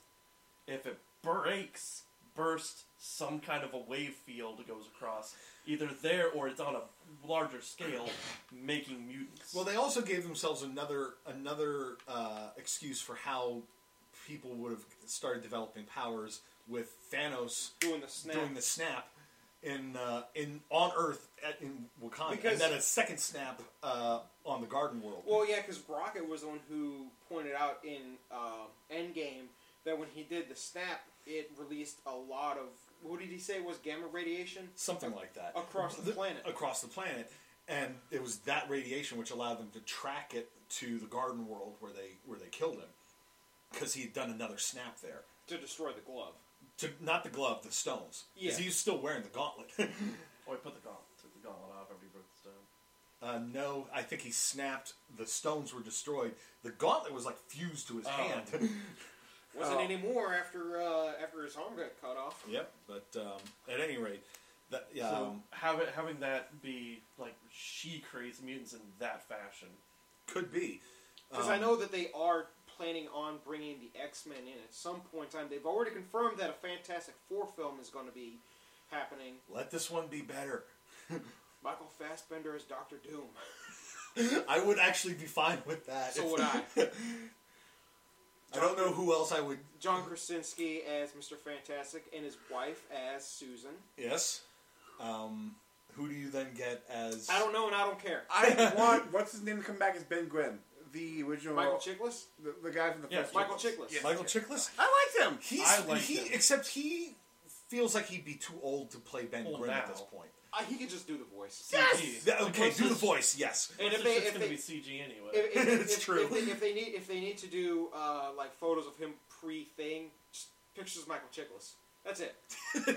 Speaker 4: If it breaks, bursts, some kind of a wave field goes across, either there or it's on a larger scale, making mutants.
Speaker 2: Well, they also gave themselves another another uh, excuse for how people would have started developing powers with Thanos
Speaker 5: doing the snap.
Speaker 2: doing the snap in uh, in on Earth at, in Wakanda,
Speaker 5: Because-
Speaker 2: and then a second snap uh, on the Garden World.
Speaker 5: Well, yeah, because Rocket was the one who pointed out in uh, Endgame that when he did the snap, it released a lot of. What did he say was gamma radiation?
Speaker 2: something like that
Speaker 5: Across the planet.
Speaker 2: Across the planet, and it was that radiation which allowed them to track it to the Garden World where they where they killed him because he had done another snap there.
Speaker 5: to destroy the glove.
Speaker 2: To, not the glove, the stones.
Speaker 5: Yeah.
Speaker 2: Because he was still wearing the gauntlet. (laughs)
Speaker 4: or he Oh, put the gauntlet, took the gauntlet off every birthstone.
Speaker 2: uh, no, I think he snapped. The stones were destroyed. The gauntlet was like fused to his
Speaker 4: Oh.
Speaker 2: hand. (laughs)
Speaker 5: Wasn't
Speaker 3: Oh.
Speaker 5: anymore after uh, after his arm got cut off.
Speaker 2: yep. But um, at any rate, that yeah.
Speaker 4: so
Speaker 2: um,
Speaker 4: having having that be like she creates mutants in that fashion.
Speaker 2: could be.
Speaker 5: Because I know that they are planning on bringing the X Men in at some point in time. They've already confirmed that a Fantastic Four film is going to be happening.
Speaker 2: Let this one be better. (laughs)
Speaker 5: Michael Fassbender as Doctor Doom.
Speaker 2: I would actually be fine with that.
Speaker 5: So
Speaker 2: if-
Speaker 5: would I.
Speaker 2: (laughs) I don't know who else I would.
Speaker 5: John Krasinski as Mr. Fantastic and his wife as Susan.
Speaker 2: Yes. Um, who do you then get as?
Speaker 5: I don't know and I don't care.
Speaker 3: I want what's his name to come back as Ben Grimm, the original
Speaker 5: Michael Chiklis?
Speaker 3: the, the guy from the
Speaker 4: Yeah,
Speaker 3: first
Speaker 5: Michael
Speaker 3: one.
Speaker 5: Chiklis.
Speaker 3: Yes.
Speaker 2: Michael Chiklis.
Speaker 3: I liked him.
Speaker 2: He's
Speaker 4: I like
Speaker 2: he
Speaker 4: him.
Speaker 2: except he feels like he'd be too old to play Ben
Speaker 4: Well,
Speaker 2: Grimm at
Speaker 4: now.
Speaker 2: this point.
Speaker 5: Uh, he could just do the voice.
Speaker 4: Yes!
Speaker 2: That-
Speaker 4: Like,
Speaker 2: okay,
Speaker 4: what's
Speaker 2: do the
Speaker 4: this-
Speaker 2: voice.
Speaker 4: (laughs)
Speaker 2: Yes. (laughs)
Speaker 5: And if
Speaker 4: This
Speaker 5: they,
Speaker 4: shit's
Speaker 5: if
Speaker 4: gonna
Speaker 5: they,
Speaker 4: be CG anyway.
Speaker 5: if, (laughs) if,
Speaker 2: It's
Speaker 5: if,
Speaker 2: true.
Speaker 5: If they, if they need if they need to do uh, like photos of him pre thing, just pictures of Michael Chiklis. That's it.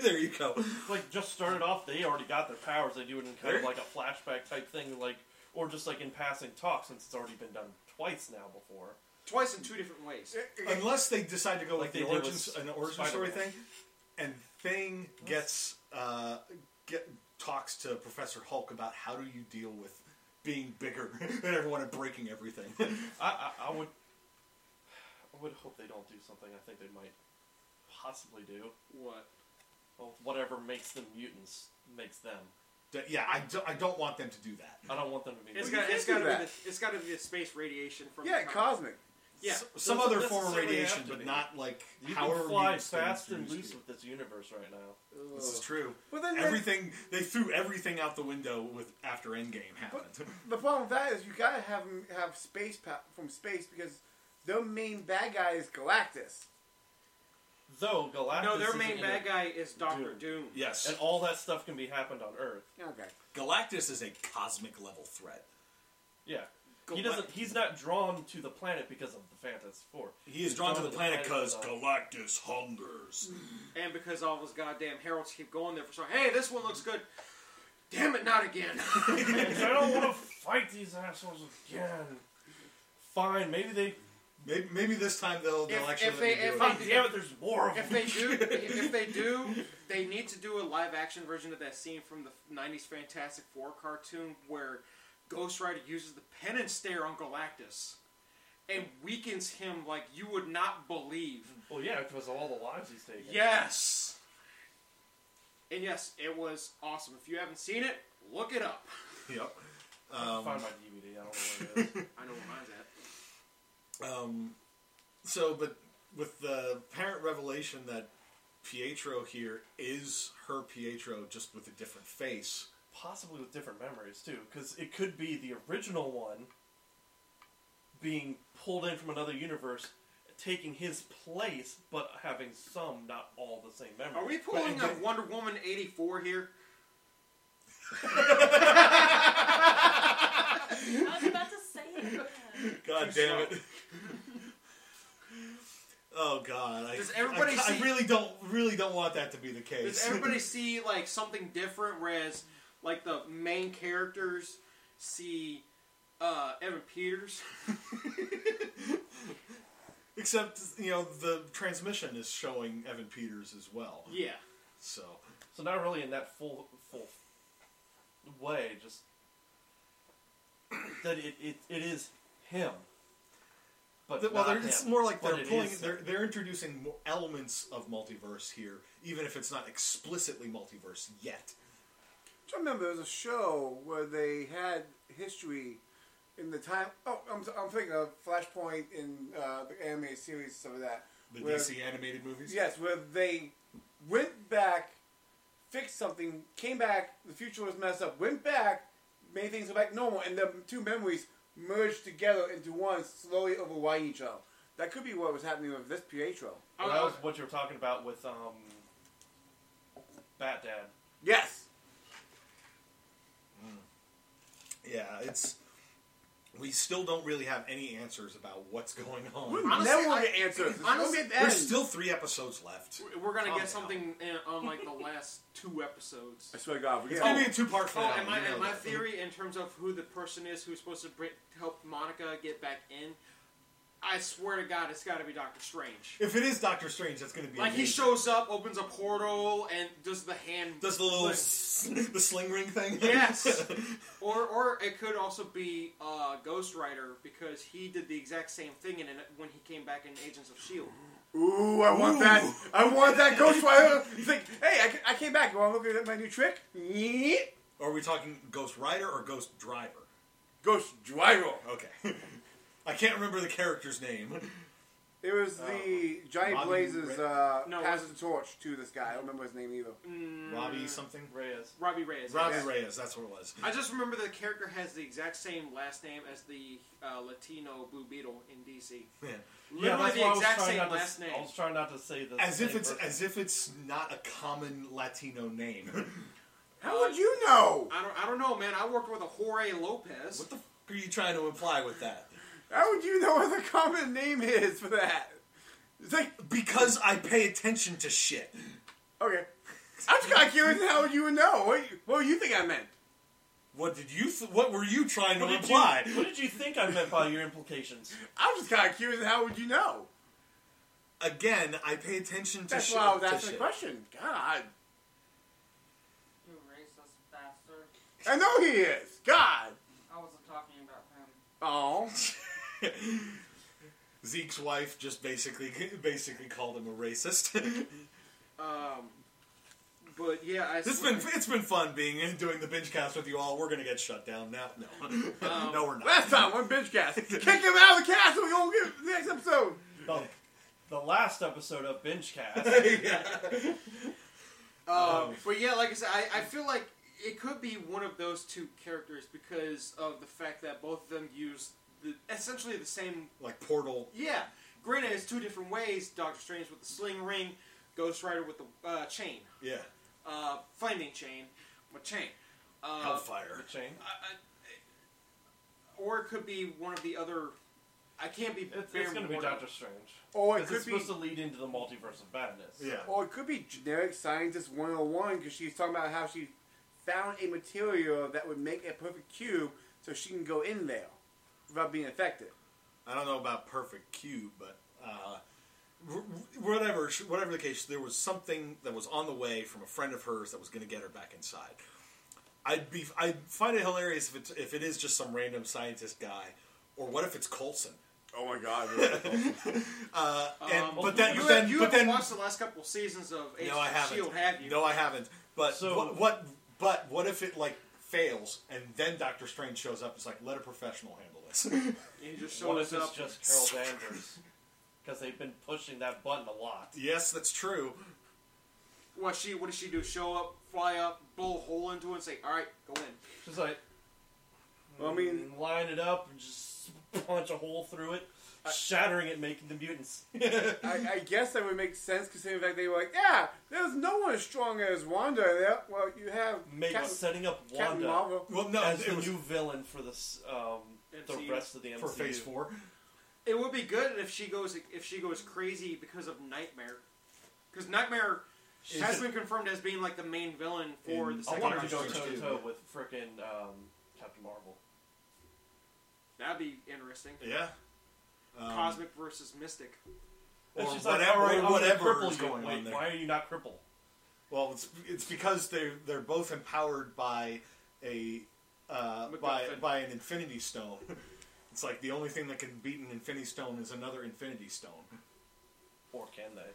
Speaker 2: there you go.
Speaker 4: like just started off, they already got their powers. They do it in kind
Speaker 2: Very-
Speaker 4: of like a flashback type thing, like or just like in passing talk, since it's already been done twice now before.
Speaker 5: Twice in two different ways.
Speaker 2: Unless they decide to go like,
Speaker 4: Like they
Speaker 2: the
Speaker 4: did with
Speaker 2: origins, an origin story
Speaker 4: Spider-Man.
Speaker 2: thing, and Thing gets uh, get talks to Professor Hulk about how do you deal with being bigger (laughs) than everyone and breaking everything. (laughs)
Speaker 4: I, I, I would, I would hope they don't do something. I think they might possibly do.
Speaker 5: What?
Speaker 4: Well, whatever makes them mutants makes them.
Speaker 2: That- yeah, I, do, I don't want them to do that.
Speaker 4: I don't want them to be. mutants.
Speaker 5: It's
Speaker 3: you
Speaker 5: got
Speaker 3: can't
Speaker 5: it's
Speaker 3: do
Speaker 5: got to be
Speaker 3: that.
Speaker 5: the, it's got to be the space radiation from
Speaker 3: Yeah,
Speaker 5: the comet.
Speaker 3: Cosmic.
Speaker 5: yeah.
Speaker 2: S- some
Speaker 4: doesn't
Speaker 2: other form of
Speaker 4: necessarily
Speaker 2: radiation,
Speaker 4: have to
Speaker 2: but
Speaker 4: be.
Speaker 2: not like
Speaker 4: you
Speaker 2: how
Speaker 4: can fly fast and loose with this universe right now.
Speaker 2: This is true.
Speaker 3: But then-
Speaker 2: everything they threw everything out the window with after Endgame happened.
Speaker 3: The problem with that is you gotta have him have space pow- from space because their main bad guy is Galactus.
Speaker 4: Though Galactus,
Speaker 5: No, their
Speaker 4: isn't
Speaker 5: main
Speaker 4: in
Speaker 5: bad
Speaker 4: it,
Speaker 5: guy is Doctor
Speaker 4: Doom.
Speaker 5: Doom.
Speaker 2: (laughs) yes,
Speaker 4: and all that stuff can be happened on Earth.
Speaker 3: Okay.
Speaker 2: Galactus is a cosmic level threat.
Speaker 4: Yeah.
Speaker 2: Galact-
Speaker 4: he doesn't. He's not drawn to the planet because of the Fantastic Four.
Speaker 2: He is drawn to the planet because
Speaker 4: of-
Speaker 2: Galactus hungers.
Speaker 5: And because all those goddamn heralds keep going there for some, hey, this one looks good. Damn it, not (laughs) again.
Speaker 4: I don't want to fight these assholes again. Fine, maybe they.
Speaker 2: Maybe, maybe this time they'll, they'll
Speaker 5: If-
Speaker 2: actually
Speaker 5: if
Speaker 2: let me
Speaker 5: they-
Speaker 2: do
Speaker 5: if
Speaker 2: it.
Speaker 5: I-
Speaker 4: God damn it, there's more of
Speaker 5: if
Speaker 4: them.
Speaker 5: they do, if they do, they need to do a live action version of that scene from the '90s Fantastic Four cartoon where Ghost Rider uses the penance stare on Galactus and weakens him like you would not believe.
Speaker 4: Well, yeah, because of all the lives he's taken.
Speaker 5: Yes. And yes, it was awesome. If you haven't seen it, look it up.
Speaker 2: Yep.
Speaker 4: I'll find my DVD. I don't know where it
Speaker 2: (laughs)
Speaker 4: is.
Speaker 5: I know where mine's at.
Speaker 2: Um, so, but with the apparent revelation that Pietro here is her Pietro, just with a different face.
Speaker 4: Possibly with different memories too, because it could be the original one being pulled in from another universe, taking his place, but having some, not all, the same memories.
Speaker 5: Are we pulling a Wonder Woman '84 here?
Speaker 6: (laughs) I was about to say it.
Speaker 2: God
Speaker 5: damn
Speaker 2: it. (laughs) Oh God! I,
Speaker 5: Does everybody
Speaker 2: I, I
Speaker 5: see-
Speaker 2: really don't really don't want that to be the case.
Speaker 5: Does
Speaker 2: (laughs)
Speaker 5: everybody see like something different? Whereas, like the main characters see uh, Evan
Speaker 2: (laughs)
Speaker 5: Peters.
Speaker 2: Except you know the transmission is showing Evan Peters as well.
Speaker 5: yeah,
Speaker 2: So
Speaker 4: So not really in that full full way, just that it, it, it is him. But
Speaker 2: well, they're,
Speaker 4: not
Speaker 2: it's
Speaker 4: him.
Speaker 2: more like
Speaker 4: But
Speaker 2: they're
Speaker 4: it
Speaker 2: pulling.
Speaker 4: is
Speaker 2: They're,
Speaker 4: him.
Speaker 2: they're introducing more elements of multiverse here, even if it's not explicitly multiverse yet.
Speaker 3: I remember there was a show where they had history in the time. Oh, I'm, I'm thinking of Flashpoint in uh, the anime series, and stuff like that.
Speaker 2: The
Speaker 3: where-
Speaker 2: DC animated movies.
Speaker 3: Yes, where they went back, fixed something, came back, the future was messed up, went back, made things go back normal, and the two memories merged together into one, slowly overriding each other. That could be what was happening with this Pietro.
Speaker 5: Oh,
Speaker 4: Well, that
Speaker 5: Uh,
Speaker 4: was what you were talking about with um, Bat Dad.
Speaker 3: Yes!
Speaker 2: Yeah, it's. We still don't really have any answers about what's going on.
Speaker 3: We
Speaker 2: We're
Speaker 5: Honestly,
Speaker 3: never will
Speaker 5: I-
Speaker 3: get answers. It's
Speaker 5: honestly,
Speaker 3: gonna be at the end.
Speaker 2: still three episodes left.
Speaker 5: we're gonna
Speaker 2: Calm down.
Speaker 5: get something in, on
Speaker 2: (laughs)
Speaker 5: like the last two episodes.
Speaker 3: I swear to God, we
Speaker 2: It's
Speaker 3: get
Speaker 2: gonna be a two-part
Speaker 5: Oh,
Speaker 2: finale.
Speaker 5: and my,
Speaker 2: you know
Speaker 5: and my
Speaker 2: that.
Speaker 5: theory in terms of who the person is who's supposed to br- help Monica get back in, I swear to God, it's got to be Doctor Strange.
Speaker 2: If it is Doctor Strange, that's going to be
Speaker 5: Like he
Speaker 2: amazing.
Speaker 5: shows up, opens a portal, and does the hand.
Speaker 2: does the little
Speaker 5: Like-
Speaker 2: s- the sling ring thing. (laughs)
Speaker 5: Yes. or or it could also be uh, Ghost Rider because he did the exact same thing in, it when he came back in Agents of Shield.
Speaker 3: Ooh, I want
Speaker 2: Ooh.
Speaker 3: that. I want that Ghost Rider. You think, hey, I, ca- I came back. You want to look at my new trick? Yeet.
Speaker 2: Are we talking Ghost Rider or Ghost Driver?
Speaker 3: Ghost Rider.
Speaker 2: Okay. (laughs) I can't remember the character's name.
Speaker 3: It was the Giant
Speaker 2: Rodney
Speaker 3: Blaze's
Speaker 2: Ra-
Speaker 3: uh,
Speaker 5: No, it
Speaker 3: passes the
Speaker 5: wasn't.
Speaker 3: torch to this guy. I don't remember his name either.
Speaker 5: Mm,
Speaker 2: Robbie something?
Speaker 4: Reyes.
Speaker 5: Robbie Reyes.
Speaker 2: Robbie
Speaker 5: yes.
Speaker 2: Reyes, that's what it was.
Speaker 5: I just remember the character has the exact same last name as the uh, Latino Blue Beetle in DC.
Speaker 2: Yeah.
Speaker 5: Literally
Speaker 4: why I
Speaker 5: the
Speaker 4: was
Speaker 5: exact
Speaker 4: trying
Speaker 5: same
Speaker 4: not to-
Speaker 5: last name.
Speaker 4: I was trying not to say this.
Speaker 2: As if it's as if it's not a common Latino name. (laughs)
Speaker 3: How would you know?
Speaker 5: Uh, I don't, I don't know, man. I worked with a Jorge Lopez.
Speaker 2: what the f- are you trying to imply with that?
Speaker 3: How would you know what the common name is for that? It's like,
Speaker 2: Because I pay attention to shit.
Speaker 3: okay. I'm just kind of curious how you would know. What, you- what would you think I meant?
Speaker 2: What did you? Th- what were you trying to
Speaker 4: what did, you,
Speaker 2: imply?
Speaker 4: what did you think I meant by your implications?
Speaker 3: I'm just kind of curious how would you know?
Speaker 2: Again, I pay attention to
Speaker 3: That's
Speaker 2: shit.
Speaker 3: why I was
Speaker 2: to
Speaker 3: asking the
Speaker 2: shit.
Speaker 3: question. God.
Speaker 6: You racist bastard.
Speaker 3: I know he is. God.
Speaker 6: I wasn't talking about him.
Speaker 5: (laughs)
Speaker 3: Oh.
Speaker 2: (laughs) Zeke's wife just basically basically called him a racist.
Speaker 5: Um, but yeah, I.
Speaker 2: it's
Speaker 5: swear-
Speaker 2: been it's been fun being doing the binge cast with you all. We're gonna get shut down now. No, (laughs) no, we're not.
Speaker 3: Last time on
Speaker 5: (laughs)
Speaker 3: Bitch Cast. Kick him out of the castle. We don't get the next episode.
Speaker 4: The, the last episode of Benchcast.
Speaker 2: (laughs) Yeah.
Speaker 5: Um, but yeah, like I said, I, I feel like it could be one of those two characters because of the fact that both of them use the, essentially the same.
Speaker 2: Like Portal.
Speaker 5: Yeah, granted, it's two different ways. Doctor Strange with the sling ring, Ghost Rider with the uh, chain,
Speaker 2: Yeah.
Speaker 5: uh, flaming chain, with chain. Uh,
Speaker 2: Hellfire.
Speaker 4: Chain.
Speaker 5: I, I, or it could be one of the other. I can't be.
Speaker 4: It's,
Speaker 5: very
Speaker 4: it's going to be
Speaker 5: moral.
Speaker 4: Doctor Strange.
Speaker 3: Or Oh, it
Speaker 4: Because
Speaker 3: could
Speaker 4: it's
Speaker 3: be.
Speaker 4: supposed to lead into the multiverse of madness.
Speaker 2: Yeah.
Speaker 3: Or it could be generic scientist 101 because she's talking about how she found a material that would make a perfect cube so she can go in there without being affected.
Speaker 2: I don't know about Perfect Cube, but uh, wh- wh- whatever whatever the case, there was something that was on the way from a friend of hers that was going to get her back inside. I'd be I'd find it hilarious if it's, if it is just some random scientist guy, or what if it's Colson?
Speaker 3: Oh my god.
Speaker 2: Uh, and,
Speaker 5: Um,
Speaker 2: but then,
Speaker 5: you
Speaker 2: but then,
Speaker 5: you
Speaker 2: but
Speaker 5: haven't
Speaker 2: then,
Speaker 5: watched the last couple seasons of Agents
Speaker 2: no, I
Speaker 5: of
Speaker 2: haven't.
Speaker 5: Shield, E have you?
Speaker 2: No, I haven't. But
Speaker 4: So-
Speaker 2: what, what? But what if it like fails and then Doctor Strange shows up? It's like let a professional handle
Speaker 5: (laughs)
Speaker 2: this.
Speaker 5: He just
Speaker 4: What
Speaker 5: shows
Speaker 4: if it's
Speaker 5: up.
Speaker 4: just Carol Danvers? Because they've been pushing that button a lot.
Speaker 2: yes, that's true.
Speaker 5: What she? What does she do? Show up, fly up, blow a hole into it, and say, "All right, go in."
Speaker 4: Just like,
Speaker 3: Well, I mean-
Speaker 4: line it up and just punch a hole through it, shattering it, making the mutants. (laughs) Mm.
Speaker 3: I, I guess that would make sense considering the fact they were like, yeah, there's no one as strong as Wanda there. Well, you have
Speaker 4: Make
Speaker 3: Captain,
Speaker 4: setting up
Speaker 3: Captain
Speaker 4: Wanda
Speaker 3: Marvel.
Speaker 2: Well, no,
Speaker 4: as
Speaker 2: it
Speaker 4: the
Speaker 2: was
Speaker 4: new villain for this, um, the
Speaker 5: MCU.
Speaker 4: rest of the MCU
Speaker 2: for Phase Four.
Speaker 5: It would be good if she goes if she goes crazy because of Nightmare, because Nightmare
Speaker 4: Is
Speaker 5: has
Speaker 4: it-
Speaker 5: been confirmed as being like the main villain for
Speaker 2: In-
Speaker 5: the
Speaker 4: I
Speaker 5: second
Speaker 4: want her
Speaker 2: Second
Speaker 4: to go
Speaker 2: Doctor
Speaker 4: toe
Speaker 2: too.
Speaker 4: to toe with frickin' um, Captain Marvel.
Speaker 5: That'd be interesting.
Speaker 2: Yeah. Um,
Speaker 5: Cosmic versus Mystic.
Speaker 4: And
Speaker 2: Or
Speaker 4: she's
Speaker 2: whatever-
Speaker 4: like,
Speaker 2: or
Speaker 4: All right, I'm
Speaker 2: whatever
Speaker 4: gonna cripple
Speaker 2: is
Speaker 4: you.
Speaker 2: going on
Speaker 4: Wait,
Speaker 2: there.
Speaker 4: why are you not crippled?
Speaker 2: Well, it's it's because they they're both empowered by a uh, by
Speaker 5: MacGuffin.
Speaker 2: by an Infinity Stone. (laughs) It's like the only thing that can beat an Infinity Stone is another Infinity Stone.
Speaker 4: Or can they?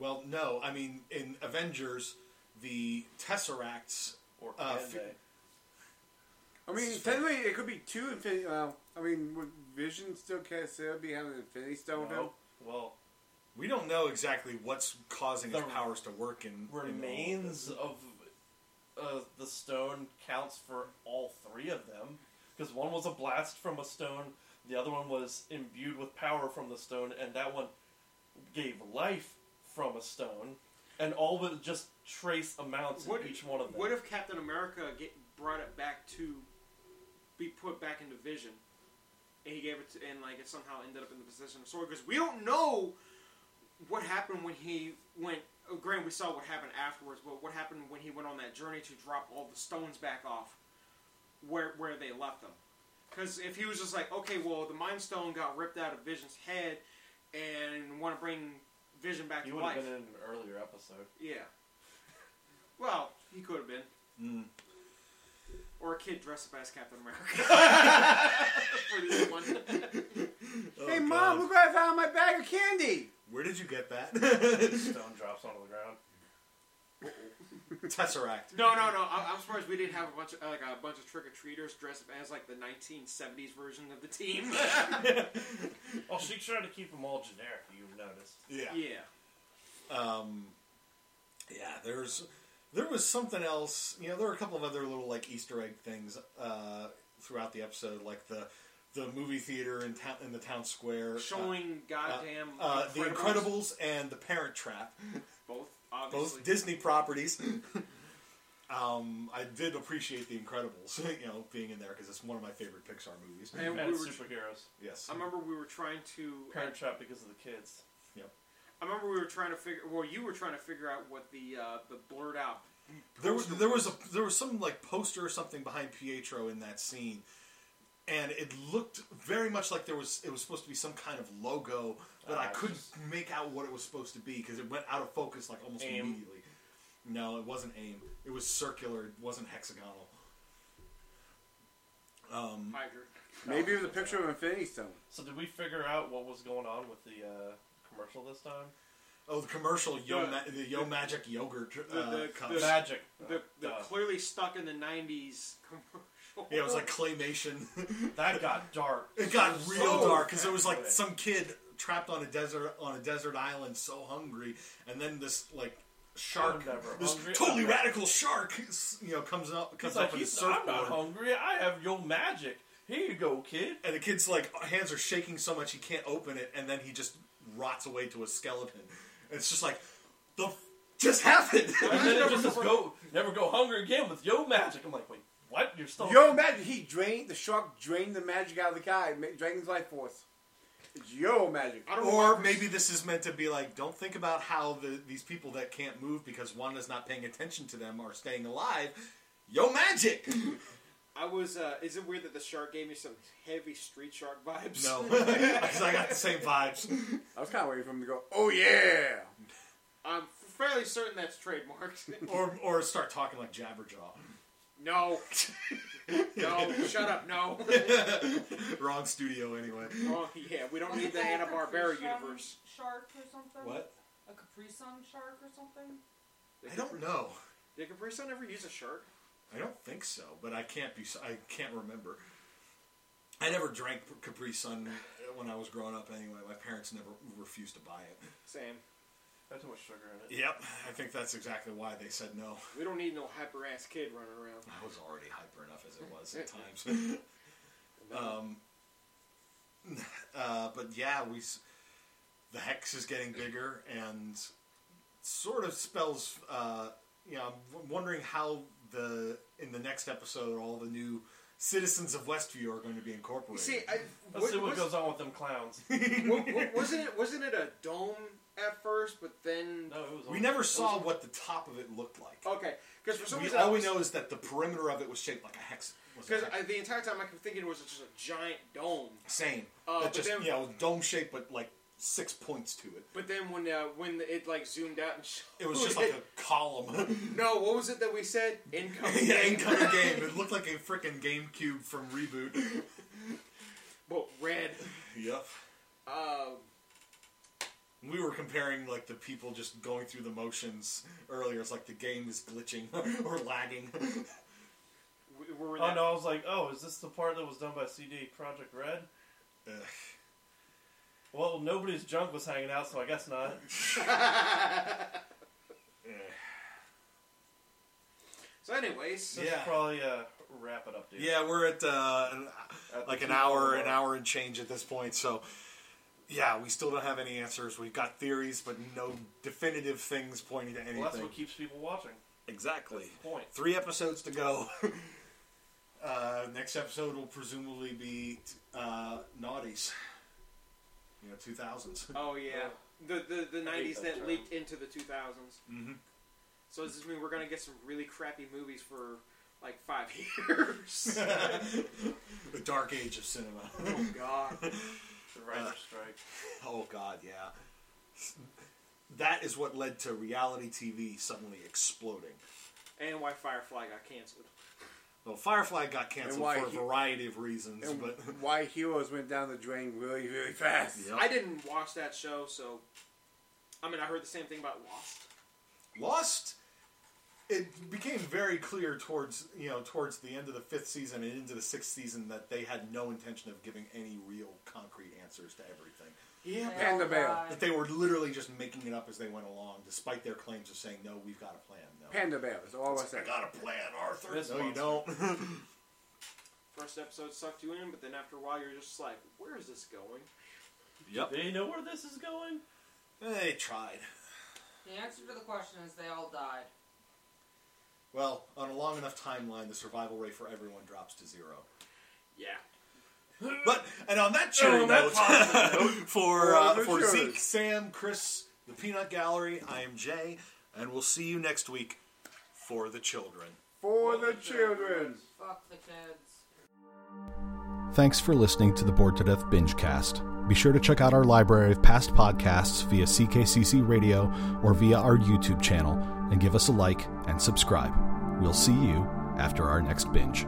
Speaker 2: Well, no, I mean in Avengers, the Tesseracts.
Speaker 4: Or can
Speaker 2: Uh,
Speaker 4: they?
Speaker 2: fi-
Speaker 3: I mean,
Speaker 2: It's fair.
Speaker 3: technically, it could be two Infinity. Well, I mean, would Vision still consider be having an Infinity Stone with him?
Speaker 4: No. Well,
Speaker 2: We don't know exactly what's causing his
Speaker 4: The
Speaker 2: powers to work in in all of
Speaker 4: remains
Speaker 2: this.
Speaker 4: of uh, the stone counts for all three of them because one was a blast from a stone, the other one was imbued with power from the stone, and that one gave life from a stone, and all with just trace amounts
Speaker 5: What-
Speaker 4: in each one of them.
Speaker 5: What if Captain America get brought it back to be put back into Vision, and he gave it to, and like it somehow ended up in the possession of Sword? Because we don't know what happened when he went. Oh, granted, we saw what happened afterwards, but what happened when he went on that journey to drop all the stones back off where where they left them? Because if he was just like, okay, well, the Mind Stone got ripped out of Vision's head, and want to bring Vision back
Speaker 4: you
Speaker 5: to
Speaker 4: would have
Speaker 5: life,
Speaker 4: been in an earlier
Speaker 5: (laughs)
Speaker 4: episode.
Speaker 5: yeah. Well, he could have been.
Speaker 2: Mm.
Speaker 5: Or a kid dressed up as Captain America.
Speaker 2: (laughs)
Speaker 5: For this one.
Speaker 2: Oh,
Speaker 3: hey,
Speaker 2: God.
Speaker 3: Mom, look what I found in my bag of candy!
Speaker 2: where did you get that? (laughs)
Speaker 4: Stone drops onto the
Speaker 5: (laughs)
Speaker 4: ground.
Speaker 2: Tesseract.
Speaker 5: No, no, no. I, I'm surprised we didn't have a bunch of like a bunch of trick or treaters dressed up as like the 1970s version of the team.
Speaker 2: (laughs)
Speaker 4: Oh, she tried to keep them all generic. You've noticed.
Speaker 2: Yeah.
Speaker 5: yeah.
Speaker 2: Um, yeah, there's there was something else. You know, there were a couple of other little like Easter egg things uh, throughout the episode, like the the movie theater in town in the town square, uh,
Speaker 5: Showing goddamn
Speaker 2: uh, the
Speaker 5: Incredibles.
Speaker 2: Incredibles and the Parent Trap,
Speaker 5: both obviously.
Speaker 2: both Disney properties. (laughs) um, I did appreciate the Incredibles, (laughs) you know, being in there because it's one of my favorite Pixar movies.
Speaker 5: And
Speaker 4: And
Speaker 5: we were-
Speaker 4: superheroes.
Speaker 2: yes,
Speaker 5: I remember we were trying to. uh,
Speaker 4: Parent trap because of the kids.
Speaker 5: I remember we were trying to figure. Well, you were trying to figure out what the uh, the blurred out.
Speaker 2: There was there was a there was some like poster or something behind Pietro in that scene, and it looked very much like there was it was supposed to be some kind of logo, but I
Speaker 4: Ah,
Speaker 2: couldn't
Speaker 4: just-
Speaker 2: make out what it was supposed to be because it went out of focus like almost
Speaker 4: Aim.
Speaker 2: immediately. No, it wasn't aim. It was circular. It wasn't hexagonal. Um,
Speaker 5: Hydra.
Speaker 3: Maybe it was a picture of an Infinity Stone.
Speaker 4: So did we figure out what was going on with the uh, commercial this time?
Speaker 2: oh, the commercial Yo
Speaker 5: The-
Speaker 2: Ma- the Yo Magic yogurt. Uh,
Speaker 5: the-
Speaker 2: cup.
Speaker 5: the-
Speaker 4: Magic. Uh,
Speaker 5: The, the
Speaker 4: Duh.
Speaker 5: clearly stuck in the 90s commercial.
Speaker 2: yeah, it was like claymation. (laughs)
Speaker 4: that got dark.
Speaker 2: It got
Speaker 4: So
Speaker 2: real dark because it was like
Speaker 4: good.
Speaker 2: some kid trapped on a desert on a desert island, so hungry, and then this like shark,
Speaker 4: I'm never
Speaker 2: this
Speaker 4: hungry.
Speaker 2: totally
Speaker 4: I'm not-
Speaker 2: radical shark, is- you know, comes up comes
Speaker 4: He's
Speaker 2: up
Speaker 4: like,
Speaker 2: with his
Speaker 4: he's, I'm not
Speaker 2: surfboard,
Speaker 4: hungry. I have your magic. Here you go,
Speaker 2: (laughs)
Speaker 4: kid.
Speaker 2: and the kid's like hands are shaking so much he can't open it, and then he just rots away to a skeleton. And it's just like the f- just happened.
Speaker 4: And then it just says, go, never go hungry again with yo magic. I'm like, wait, what? You're still (laughs)
Speaker 3: Yo, magic! He drained the shark, drained the magic out of the guy, ma- drank his life force. It's yo magic.
Speaker 5: I don't know
Speaker 2: Or
Speaker 5: why-
Speaker 2: maybe this is meant to be like, don't think about how the, these people that can't move because Wanda's not paying attention to them are staying alive. Yo, magic!
Speaker 5: (laughs) I was, uh, is it weird that the shark gave me some heavy street shark vibes?
Speaker 2: No, (laughs) because I got the same vibes.
Speaker 3: I was kind of waiting for him to go. Oh yeah.
Speaker 5: (laughs) I'm fairly certain
Speaker 2: (laughs)
Speaker 5: that's trademarked.
Speaker 2: Or or start talking like Jabberjaw.
Speaker 5: (laughs) no. No, shut up, no.
Speaker 2: (laughs) Wrong studio anyway.
Speaker 5: Oh, yeah, we don't need the
Speaker 6: Wasn't that a
Speaker 5: Hanna-Barbera
Speaker 6: Capri Sun
Speaker 5: universe.
Speaker 6: Shark or something?
Speaker 2: What?
Speaker 6: A Capri Sun shark or something?
Speaker 2: I don't know.
Speaker 5: Did Capri Sun ever use a shark?
Speaker 2: I don't think so, but I can't be. I can't remember. I never drank Capri Sun when I was growing up. Anyway, my parents never refused to buy it.
Speaker 5: Same.
Speaker 4: Got too much sugar in it.
Speaker 2: Yep, I think that's exactly why they said no.
Speaker 5: We don't need no hyper ass kid running around.
Speaker 2: I was already hyper enough as it was at times. Um, uh, but yeah, we s- the hex is getting bigger and sort of spells. Uh, you know, I'm w- wondering how the in the next episode all the new citizens of Westview are going to be
Speaker 5: You
Speaker 2: incorporated.
Speaker 5: see, I,
Speaker 4: Let's see what
Speaker 5: was-
Speaker 4: goes on with them clowns.
Speaker 2: (laughs)
Speaker 5: wa- wa- wasn't it wasn't it a dome at first, but then
Speaker 4: No, it was.
Speaker 2: we
Speaker 4: on- it
Speaker 2: never
Speaker 4: was
Speaker 2: saw
Speaker 4: on-
Speaker 2: what the top of it looked like.
Speaker 5: okay? Because Oh, for some
Speaker 2: we,
Speaker 5: reason, I
Speaker 2: all we
Speaker 5: always
Speaker 2: know is that the perimeter of it was shaped like a hex. was a
Speaker 5: because
Speaker 2: hex-
Speaker 5: the entire time I kept thinking it was just a giant dome.
Speaker 2: same.
Speaker 5: Uh,
Speaker 2: that
Speaker 5: but
Speaker 2: just
Speaker 5: then-
Speaker 2: you know dome shape, but like six points to it.
Speaker 5: But then when uh, when it like zoomed out and showed
Speaker 2: It was just like a column. (laughs)
Speaker 5: no. What was it that we said? Income.
Speaker 2: yeah, incoming game. It looked like a freaking GameCube from reboot.
Speaker 5: But red.
Speaker 2: yep.
Speaker 5: Um,
Speaker 2: We were comparing like the people just going through the motions earlier. It's like the game is glitching (laughs) or
Speaker 4: (laughs)
Speaker 2: lagging.
Speaker 5: we- we were
Speaker 4: Oh
Speaker 5: that-
Speaker 4: no! I was like, oh, is this the part that was done by CD Project Red?
Speaker 2: Ugh.
Speaker 4: Well, nobody's junk was hanging out, so I guess not.
Speaker 5: so, anyways,
Speaker 4: So yeah.
Speaker 2: Yeah.
Speaker 4: should probably uh, wrap it up, dude.
Speaker 2: yeah, we're at uh, an,
Speaker 4: At the
Speaker 2: like an
Speaker 4: two
Speaker 2: hour, an
Speaker 4: mark.
Speaker 2: hour and change at this point. So yeah, we still don't have any answers. We've got theories, but no definitive things pointing to anything.
Speaker 4: Well, that's what keeps people watching.
Speaker 2: exactly.
Speaker 4: Point.
Speaker 2: Three episodes to go. (laughs) uh, next episode will presumably be t- uh, naughties. You know, two thousands.
Speaker 5: oh yeah, the the, the nineties
Speaker 4: that
Speaker 5: that
Speaker 4: term.
Speaker 5: leaked into the two thousands.
Speaker 2: Mhm.
Speaker 5: So does this mean we're gonna get some really crappy movies for like five (laughs) years?
Speaker 2: (laughs) the dark age of
Speaker 3: (laughs)
Speaker 2: cinema.
Speaker 5: oh God.
Speaker 4: The writer's strike.
Speaker 2: Oh God, yeah. That is what led to reality TV suddenly exploding.
Speaker 5: And why Firefly got canceled?
Speaker 2: Well, Firefly got canceled
Speaker 3: And why
Speaker 2: for a
Speaker 3: he-
Speaker 2: variety of reasons,
Speaker 3: And
Speaker 2: but
Speaker 3: (laughs) why heroes went down the drain really, really fast.
Speaker 2: Yep.
Speaker 5: I didn't watch that show, so I mean, I heard the same thing about Lost.
Speaker 2: (laughs) Lost. It became very clear towards you know towards the end of the fifth season and into the sixth season that they had no intention of giving any real concrete answers to everything.
Speaker 5: Yeah,
Speaker 3: And the bear.
Speaker 2: That they were literally just making it up as they went along, despite their claims of saying no, we've got a plan. No,
Speaker 3: Panda Bear is all I
Speaker 2: I
Speaker 3: said.
Speaker 2: got a plan, Arthur.
Speaker 4: This
Speaker 2: no, you
Speaker 4: monster.
Speaker 2: don't.
Speaker 5: First episode sucked you in, but then after a while, you're just like, where is this going?
Speaker 2: (laughs) yep.
Speaker 4: They know where this is going.
Speaker 2: They tried.
Speaker 6: The answer to the question is they all died.
Speaker 2: Well, on a long enough timeline, the survival rate for everyone drops to zero.
Speaker 5: Yeah.
Speaker 2: But and on that cheery
Speaker 4: on that
Speaker 2: note, (laughs) for
Speaker 3: We're
Speaker 2: uh,
Speaker 3: on the
Speaker 2: for
Speaker 3: cheers.
Speaker 2: Zeke, Sam, Chris, the Peanut Gallery, I am Jay, and we'll see you next week for the children.
Speaker 3: For the children.
Speaker 6: Fuck the kids.
Speaker 1: Thanks for listening to the Bored to Death Bingecast. Be sure to check out our library of past podcasts via CKCC Radio or via our YouTube channel and give us a like and subscribe. We'll see you after our next binge.